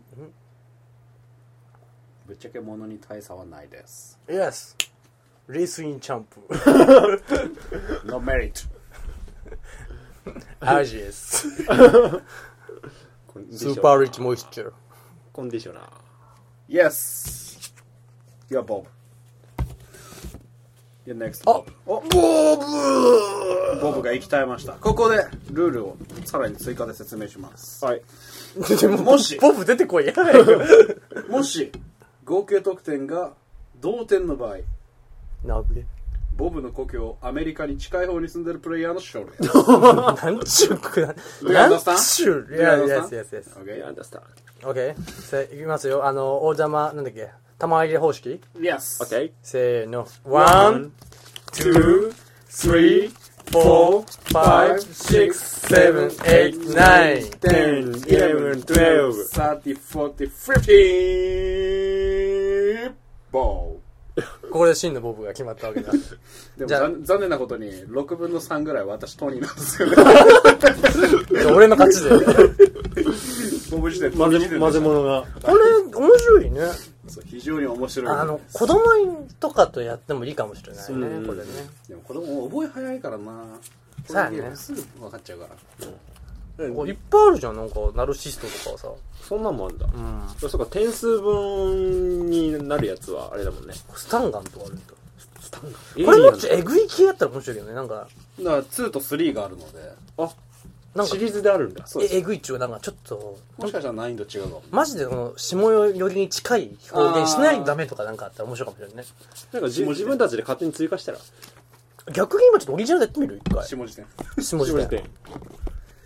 ぶっちゃけものに大差はないです。 Yes リースインチャンプ No merit. アジエスコンディシスョナーパーリッチモイスチャー。コンディショナー Yes. You're Bob. You're next. あ Bob. おボブが行き絶えました。ここでルールをさらに追加で説明します。はいでも もしボブ出てこいや。もし合計得点が同点の場合、なぶ れ。ボブの故郷アメリカに近い方に住んでるプレイヤーの勝利 です。なんちゅうくうやな。んなのんさんちゅう。いうややんのいさんやいやいや。 I Okay. understand オッケー。せいきますよ。あの大玉なんだっけ。玉入れ方式。 Yes. OK せーの。ワン、 two three フォー、ファイブ、シックス、セブン、エイト、ナイン。 10 11 12 30 40 50ボここで真のボブが決まったわけだ。 ーでもじゃあ残残念なことに6分の3ぐらい私トニーなんですよね じゃあ俺の勝ちで。ボブ時点混ぜ混ぜ物がこれ面白いね。そう非常に面白いあの子供とかとやってもいいかもしれないね。これね。でもこれも覚え早いからなそうやねこれすぐ分かっちゃうからこれいっぱいあるじゃん。なんかナルシストとかはさ。そんなんもあんだうん。そうか点数分になるやつはあれだもんねスタンガンとかあるんだ。スタンガこれもっとエグい系やったら面白いけどね。なんか、だから2と3があるのであなんかシ、リーズであるんだそうですえぐいっちゅうかなんかちょっと、もしかしたら難易度違うかもマジでこの、下寄りに近い表現しないとダメとかなんかあったら面白いかもしれないね。なんかじ自分たちで勝手に追加したら逆に今ちょっとオリジナルでやってみる一回。下時点下地自分で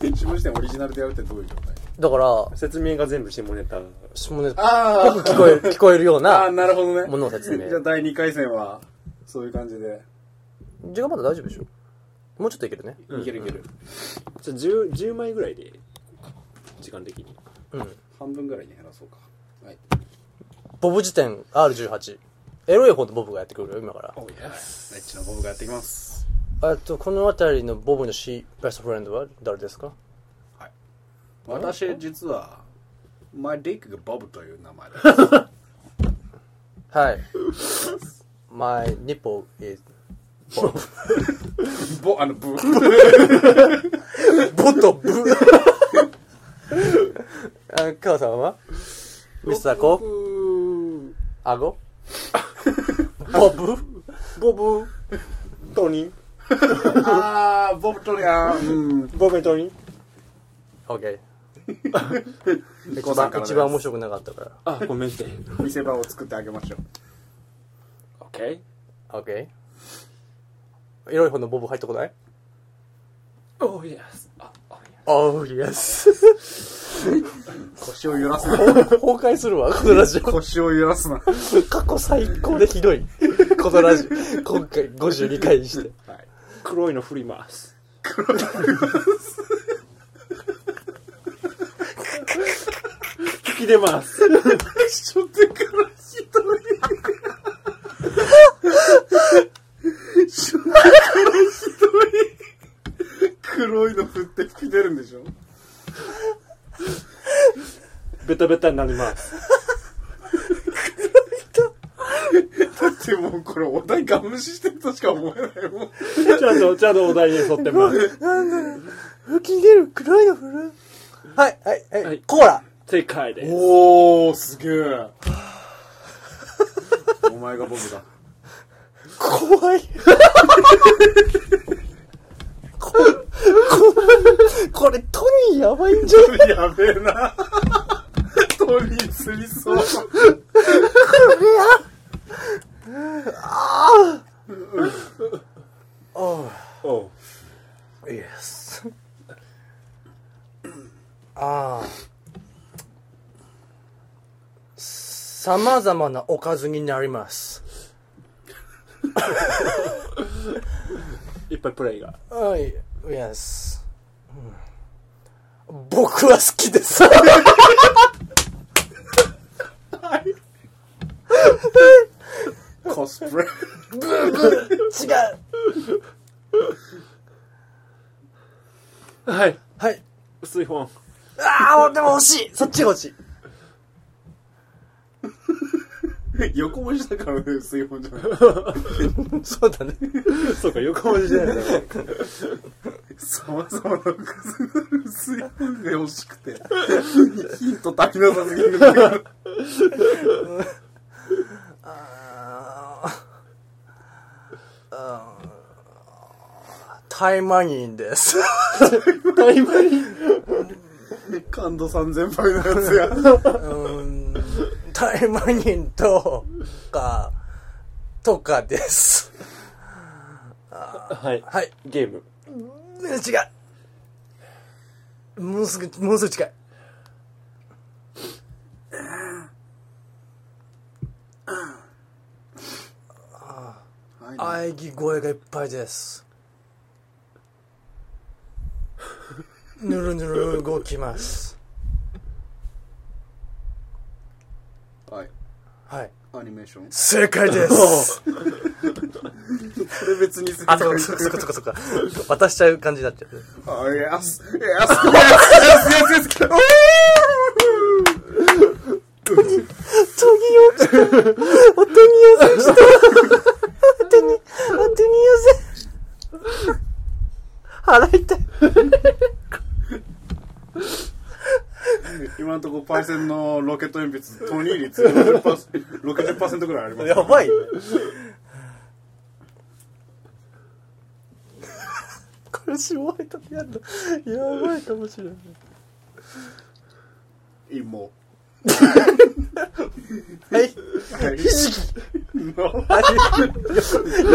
で。下時点オリジナルでやるってどういう状態だから、説明が全部下ネタ。下ネタっあぽく聞こえる、聞こえるようあなあー、なるほどねも。のを説明。じゃあ第2回戦は、そういう感じで。字がまだ大丈夫でしょもうちょっといけるね。いけるいける。じゃあ 10, 10枚ぐらいで、時間的に。うん。半分ぐらいに減らそうか。はい。ボブ辞典 R18。エロい方のボブがやってくるよ、今から。おうや。レッチのボブがやってきます。えっと、この辺りのボブのシーベストフレンドは誰ですか私、実は、マイディックがボブという名前で はい。My nipple is す。ボ、あの、ブ。ボとブ あ、川さんはミスターコア ゴボブボブ、トニー、あー、ボブとりゃー。うん。ボブトニー。 ?OK。コ一さん番からです一番面白くなかったかあ、ごめんね。見せ場を作ってあげましょう。 OK? ら。OK。エロい方のボブ入ってこない Oh, yes. あ、 Oh, yes. 腰を揺らすな。 崩壊するわ、このラジオ。腰を揺らすな。過去最高でひどい。このラジオ。今回52回にして。はい。黒いの振ります。黒いの振ります。聞き出ます。ちょっとからひどい。ちょっとからひどい。黒いの振って吹き出るんでしょベタベタになります。だってもうこれお題ガン無視してるとしか思えないもん。ちゃんと、ちゃんとお題に沿ってます。吹き出る黒いの振るはい、はい、ははいい。コーラ正解です。おー、すげえ。お前がボブだ。 怖い。 こここれトニーやばいんじゃんやべえな。 トニー釣りそう。おうイエ スああさまざまなおかずになりますいっぱいプレイが。はいイエス僕は好きです コスプレ。違うはい。はい薄い本。ああでも欲しいそっちが欲し い横文字だからね、薄い本じゃない。そうだねそうか、横文字じゃないんだね。さまざまな複雑な薄い本が欲しくて。ヒント足りなさすぎるんだけど。タイマニンですタイムリー。感度3000倍のやつや。タイマニンとか、とか です。はい。はい。ゲーム。違う。もうすぐ、もうすぐ近い。喘ぎ声がいっぱいです。 ぬるぬる動きます。はい。はい。アニメーション。正解です。これ別にす あ、そっかそっかそっかそっかそっか。渡しちゃう感じになっちゃう。あ、いや、す、いや、す、いや、す、いや、お手に寄せお手に寄せしたお手に、お手に寄せ払いたい。今のところパイセンのロケット鉛 筆、トニー率60%、60%ぐらいあります。やばい。これ絞られたってやだ。やばいかもしれない。いい、もはい。う。はい。ひじき。のはい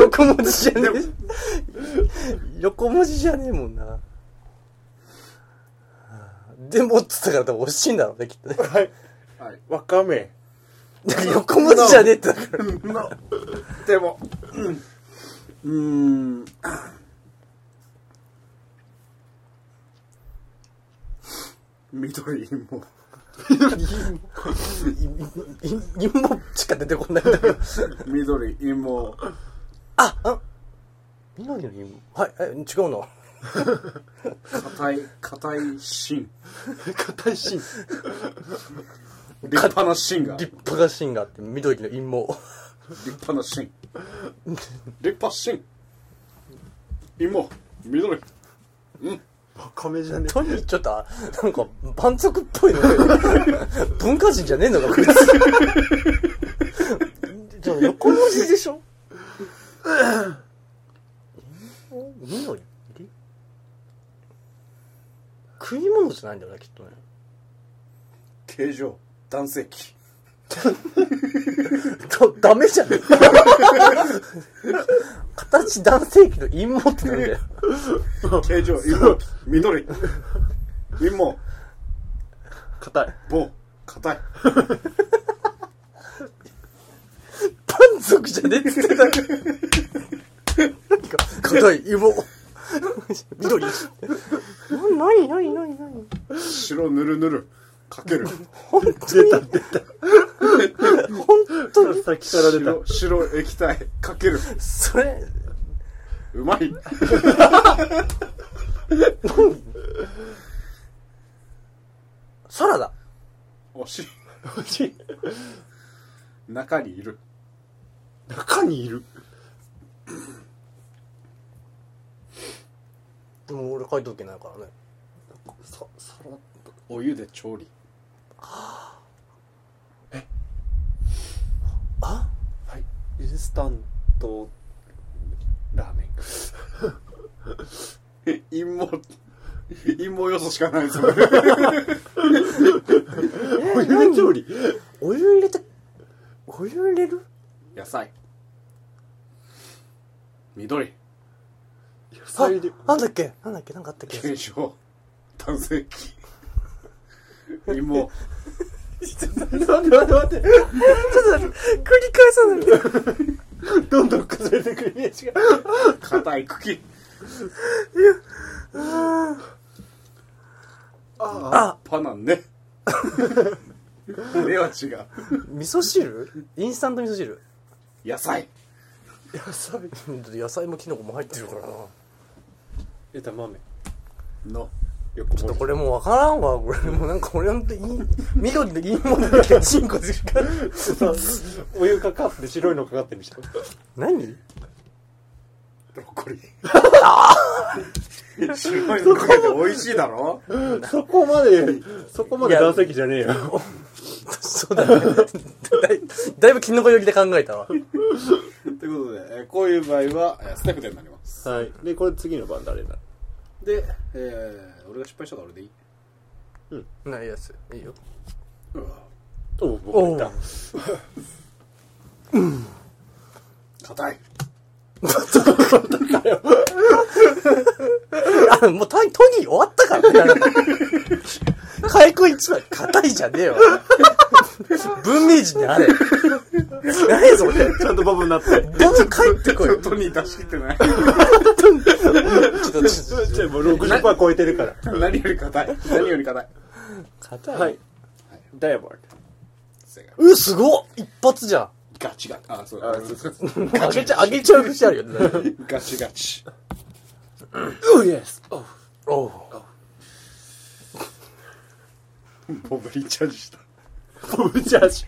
横文字じゃねでえ。横文字じゃねえもんな。でもって言ったから多分惜しいんだろうね、きっとね。はい。はいわかめ。だから横文字じゃねえってだから。でもうんうーん緑も陰謀しか出てこないんだけど。緑芋あ、あ、緑の陰謀。はい、え、違うの。硬い硬い芯硬い芯。立派な芯がある立派が芯があって、緑の陰謀。立派な芯立派芯芋緑わかめじゃねトニーちょっと、なんか、蛮族っぽいのよ文化人じゃねえのか、こいつ。じゃあ横文字でしょみのり食い物じゃないんだよね、きっとね。形状断石と、ダメじゃん。形男性器の陰謀ってなんだよ。形状芋緑芋硬い。棒硬い蛮族じゃねえっつってた。なんか硬い、芋。緑。なになになになに白ぬるぬるかける本当 に。本当に。さっきから出た。白白液体かけるそれ、うまいサラダ。惜しい欲しい中にいる中にいる。でも俺書いとけないからね。さ、さらっと。お湯で調理あはい。インスタントラー メン陰謀陰謀要素しかないですよねお湯で調理お湯入れて、お湯入れる 野菜緑野あ菜で。、なんだっけなんだっけなんかあったっけ検証男性器陰謀待って待って待って。ちょっと待って、繰り返さないで。どんどん崩れてくるイメージが。硬い茎ああ、パナンねでは違う味噌汁インスタント味噌汁。野菜あ。野 菜。野菜もキノコも入ってるからな。ちょえた豆。 の横っと盛 これもうわからんわ。これもうなんか俺ほんといい、緑のいいものだけチンコするから。りさお湯かかって白いのかかってるじゃん。何ブロッコリー白いのかけて美味しいだろ そこまで、そこまで断石じゃねえよ。そうだね。だいだいぶキノコ寄りで考えたわ。ということで、えーこういう場合は、えーステップでになりま す。はい。で、これ次の番誰だで、えー俺が失敗したから俺でいいないやつ。いいよ。お僕だだ。硬い。あ、もうトニトニー終わったからね。カイコ一枚硬いじゃねえよ。文明人であれ。何やそれ。ちゃんとボブになって。どんどん帰ってこい ちょよ。っとに出し切ってない。ちょっとちょっとじゃあもう60%超えてるから。何より硬い。何より硬い。 硬い。はい。ダイヤモン正解。うすごっ一発じゃん。ガチガチ。あ、そう。 あげちゃ、あげちゃう口あるよね。ガチガチ。ド。うイエスおおうボブリチャージした。ボブチャージ。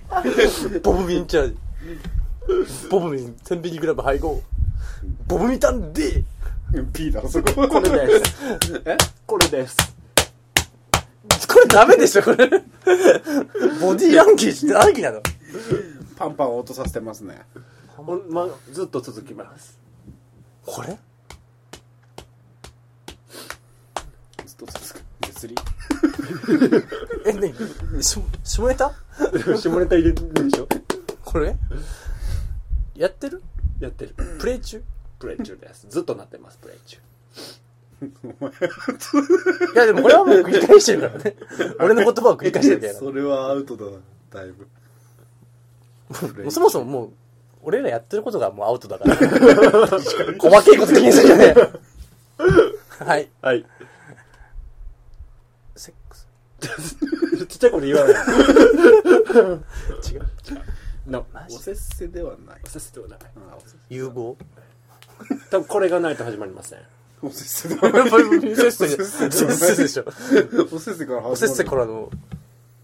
ボブミンチャージ。ボブミン、1000匹グラム配合。ボブミタンで、 P だろ、そこ。これです。えこれです。これダメでしょ、これ。ボディーランゲージって何なのパンパン落とさせてますね。ほんま、ずっと続きます。これずっと続く。絶理。え、ねし、下ネタ 下ネタ入れてるでしょこれやってるやってる。プレイ中プレイ中です。ずっとなってます、プレイ中。 いや、でもこれはもう繰り返してるからね。俺の言葉を繰り返してるみたいな。それはアウトだな、だいぶ。もうそもそももう、俺らやってることがもうアウトだから。細けいこと気にするじゃねえ。はい。はい。セックスちっちゃいこと言わない。違う。の、マジおせっせではない。させてはない。あおせ融合多分これがないと始まりません。おせっせではない。せっせでしょ。おせっせから始まる。おせっせからの、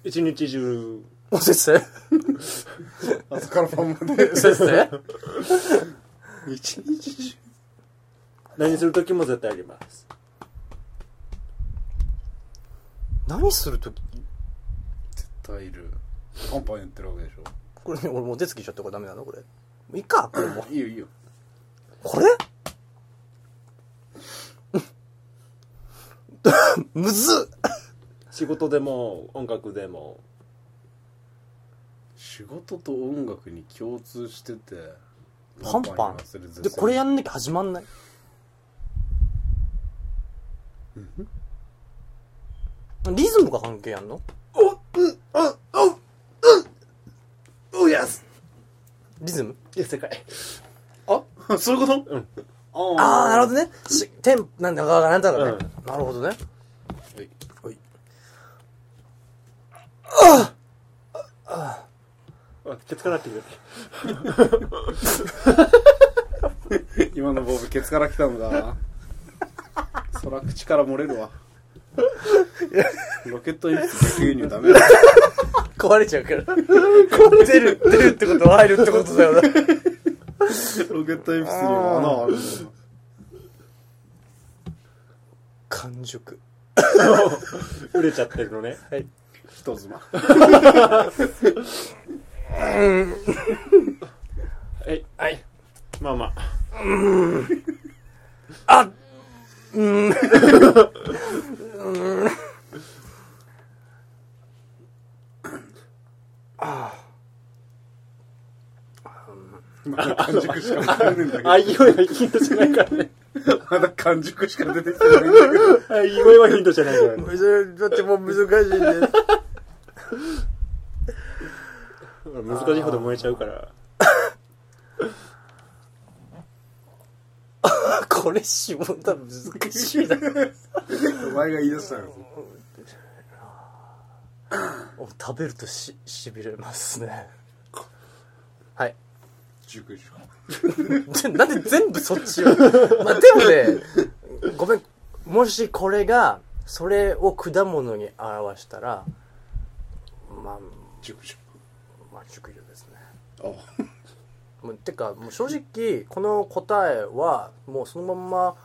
一日中、おせっせ朝から晩までお。せっせ一日中。何する時も絶対あります。 何するときタイル。パンパンやってるわけでしこれね、俺もう手つきしちゃったからダメなのこれ。もういいか、これもょ。。いいよいいよ。これ むずっ仕事でも、音楽でも、仕事と音楽に共通してて。パンパン。で、これやんなきゃ始まんない。リズムが関係あんのお、う、お、お、う、うやす。リズムいや、世界。あ、そういうことうん。あああ、なるほどね。しテンなんだか、なんだかね、うなるほどね。はいはい。あ、ケツからってくれ。あ。今のボブ、ケツから来たのだ。そら口から漏れるわ。ロケット鉛筆逆輸入ダメだ。壊れちゃうから。出る、出るってことは入るってことだよな。ロケット鉛筆にも穴あるもん完熟。売れちゃってるのね。はい。人妻。はい。はい。まあまあ。あまだ完熟しか出てないんだけどあ、いよいはヒントじゃないからね。。まだ完熟しか出てきてないんだけど。 あ、いよいはヒントじゃないからね。だってもう難しいね。難しいほど燃えちゃうから。 これ下田難しいな。お前が言い出したの。お食べるとし、痺れますね。はい。熟熟。でなんで全部そっちを。まあ、でもね、ごめん。もしこれが、それを果物に表したら、まあ、熟熟。まあ、熟慮ですね。あもうてか、もう正直、この答えは、もうそのまんま、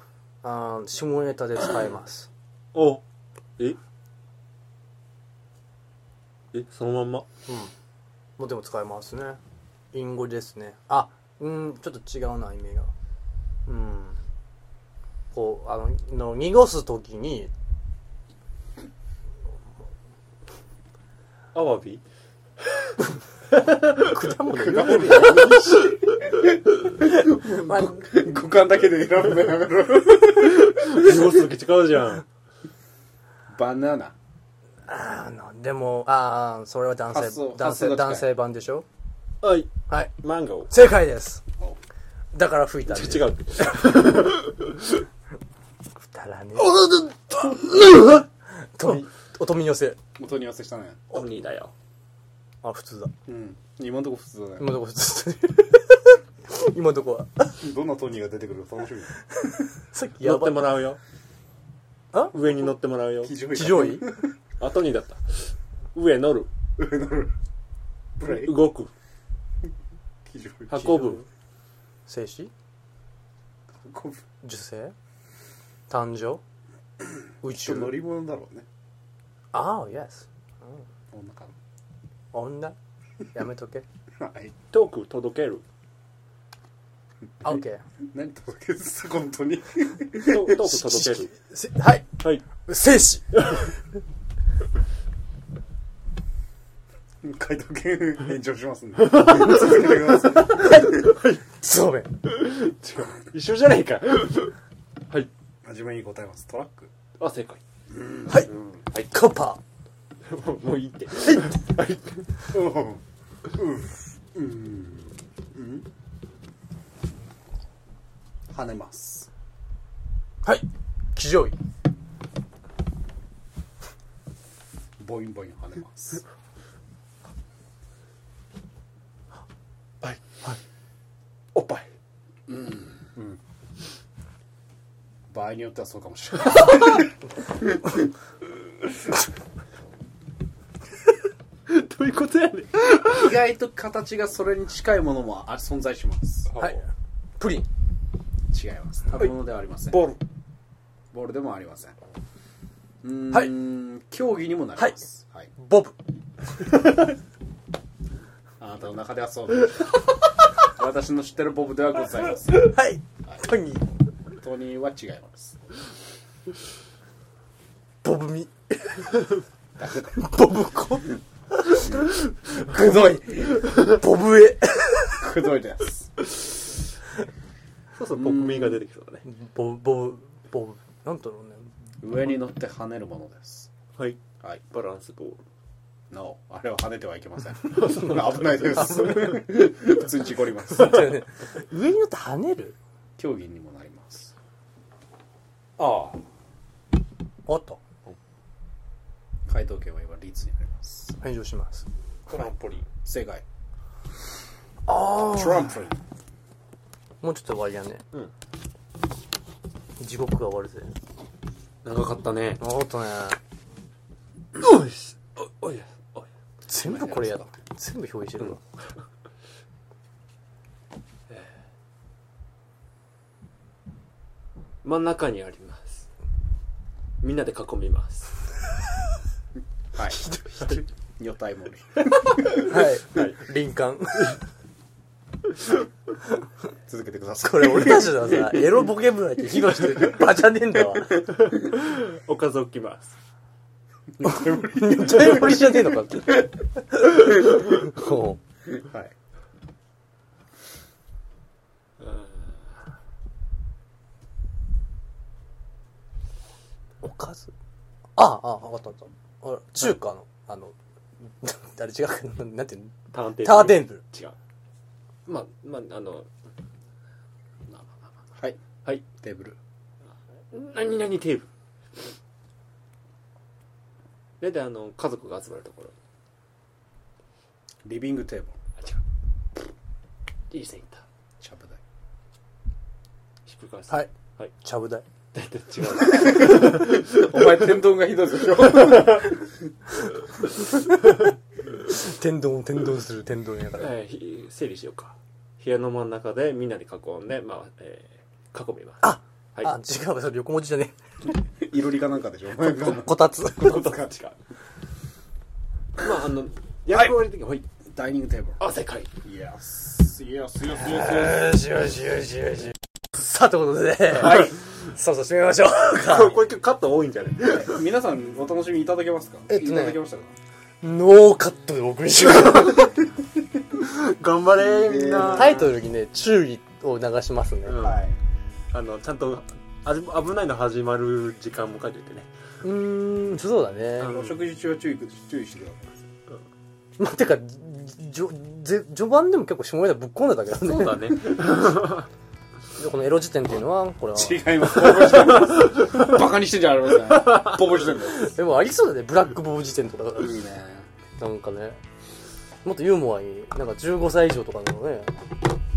あー下ネタで使えます。おええ、そのまんまもうでも使えますね。隠語ですね。あ、うん、ちょっと違うな、意味が。うん。こう、あの、の濁すとき に、アワ ビ果物言わまあ、五感だけで選ぶのやめろ。濁すとき違うじゃん。バナナ。あのでも、ああ、それは男発性想、男発想性、が近い男性版でしょはい。はい。マンゴ正解ですお。だから吹いたんでー。違う。くだらねえと、おとみ寄せ。元に合わせしたね。鬼だよ。あ、普通だ。うん。今んとこ普通だね。今のとこ普通。 今のとこは。どんなトニーが出てくるか楽しみだ。さっきや乗っばてい。もらうよ。あ上に乗ってもらうよ。上位地上位あ、トニーだった。上乗る。ブレイ動く。騎乗位運ぶ。静止運ぶ受精誕生宇ちょっと乗宙り物だろうねああ、イエス。こんな感女やめとけ。 じはい遠く届ける。あ、オッケ何届けずさ本当にと遠く届 ける。ーせ。はい。はい。静止回答権延長しますんで続けてくださいそうめん。 一緒じゃないか。はい。初めに答えます。トラック。あ、正解。はいカンパ もうもういいって。跳ねます。はい騎乗位ボインボイン跳ねます。はい。はい。おっぱい。場合によってはそうかもしれない。どういうことやねん。意外と形がそれに近いものもあ存在します。はいプリン違います。食べ物ではありません。ボール。ボールでもありません。うーん、競技にもなります。はい。ボブあなたの中ではそう です。私の知ってるボブではございます。はいトニートニーは違います。ボブミボブコグノイボブエくどいです。そうそう、ポップミーが出てきそうだね。ボブボブボブなんだろうね上に乗って跳ねるものです。はい。はい。バランスボール。 No。あれは跳ねてはいけま せん。危ないです。 普通に事故ります。上に乗って跳ねる競技にもなります。ああ。あった回答権は今リーツにあります。返上しますトランポリン。正解。ああトランプリン。もうちょっと終わりやねうん地獄が終わるぜ長かったね。あったねおいし。おい。おい。全部これやだ全部表示してるわ真ん中にあります。みんなで囲み ます。はい。女体 盛り。はい林間続けてください。これ俺たちのさエロボケ部内って披露してるバじゃねえんだわおかず置きます。女体盛りじゃねえのかってほはい。うおかずああああわかったわかったあ中華のあのあれ違うかななんていうのターンテーブル。ターテンブル違う。まあ、まあ、あの、はい。はい。テーブル。何々テーブル。で、で、あの、家族が集まるところ。リビングテーブあ、違ル。う。いい線いった。ちゃぶ台。ひっくり返す。はい。はい。ちゃぶ台だいたい違う。お前天丼がひどいでしょ天丼天丼する天丼やからえーひ整理しようか。部屋の真ん中でみんなで囲んで、まあ、えー囲みます。あはい。あ違うそれ横文字じゃねいろりかなんかでしょお前えこたつ違う。まあ、あの、役割的に、はい。ダイニングテーブあ、正解。ル。イエス。イエス、イエス、イエよしよしよしよし。さあ、ということで、はい。 そろそろ締めましょうか。これ、これ今日カット多いんじゃないス。皆さんお楽しみいただけますかえっとねいただけましたかノーカットでお送りします。頑張れみんな、 タイトルにね、注意を流しますね。うんはい。あのちゃんとあじ危ないの始まる時間も書いておいてねうーん、そうだね。うんお食事中は注意、注意してくださまあ、てか、じょぜ序盤でも結構下ネタぶっ込んでたけどね。そう だねでこのエロ辞典っていうのは、これは。い。違います。ボブしてます。バカにしてんじゃありません。ボブしてんです。でもありそうだね、ブラックボブ辞典とか。いいね。なんかね。もっとユーモアに、なんか15歳以上とかのね、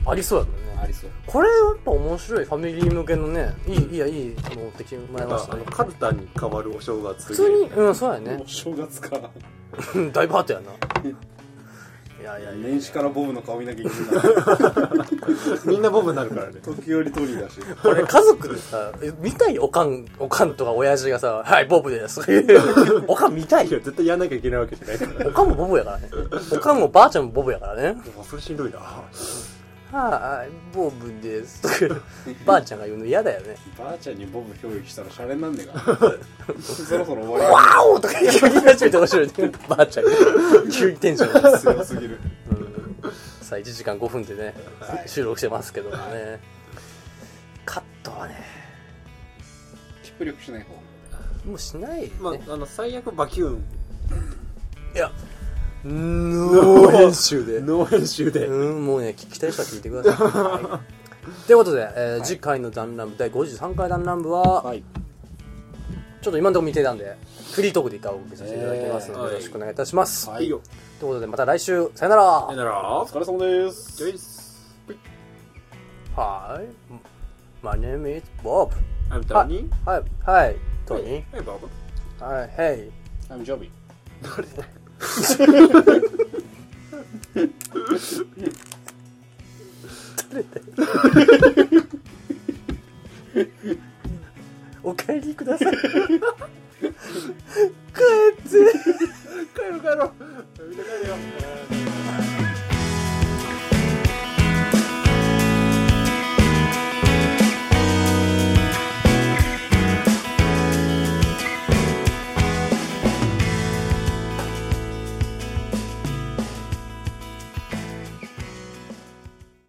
ありそうだったね。ありそう。これやっぱ面白いファミリー向けのねいいいいやいいの持ってきてもらいましたあねのカルタに変わるお正月普通にうんそうやねお正月から。うんだいぶハートやないやいやいや年始からボブの顔見なきゃいけない。みんなボブになるからね時折トリーだし。これ家族でさ見たいおかんおかんとか親父がさ「はいボブです」とか言うおかん見たい いや絶対やんなきゃいけないわけじゃない からおかんもボブやからねおかんもばあちゃんもボブやからねもうそれしんどいな「はいボブです」とか言うばあちゃんが言うの嫌だよねばあちゃんにボブ憑依したらシャレになんねえから。そろそろ終わ「あお!」とか言い始めて面白いねばあちゃんが急にテンションがりが 強すぎる。さあ1時間5分でね、はい収録してますけどもね、カットはね努力しない方もうしないね、まあ、あの、最悪バキューン、ノー編集でノー編集で。うんもうね聞きたい人は聞いてくださいはいということで、えー次回の弾丸部第53回弾丸部は、はいちょっと今のところ見てたんでフリートークで一回お送りさせていただきますので、えーはいよろしくお願いいたします、いいよ。ということでまた来週さよならさよなら。お疲れ様ですジョイス。はい My name is Bob あんたにはいはいトニーはい、バブ。はい Hey I'm Joby お帰りください帰って帰ろう帰ろう。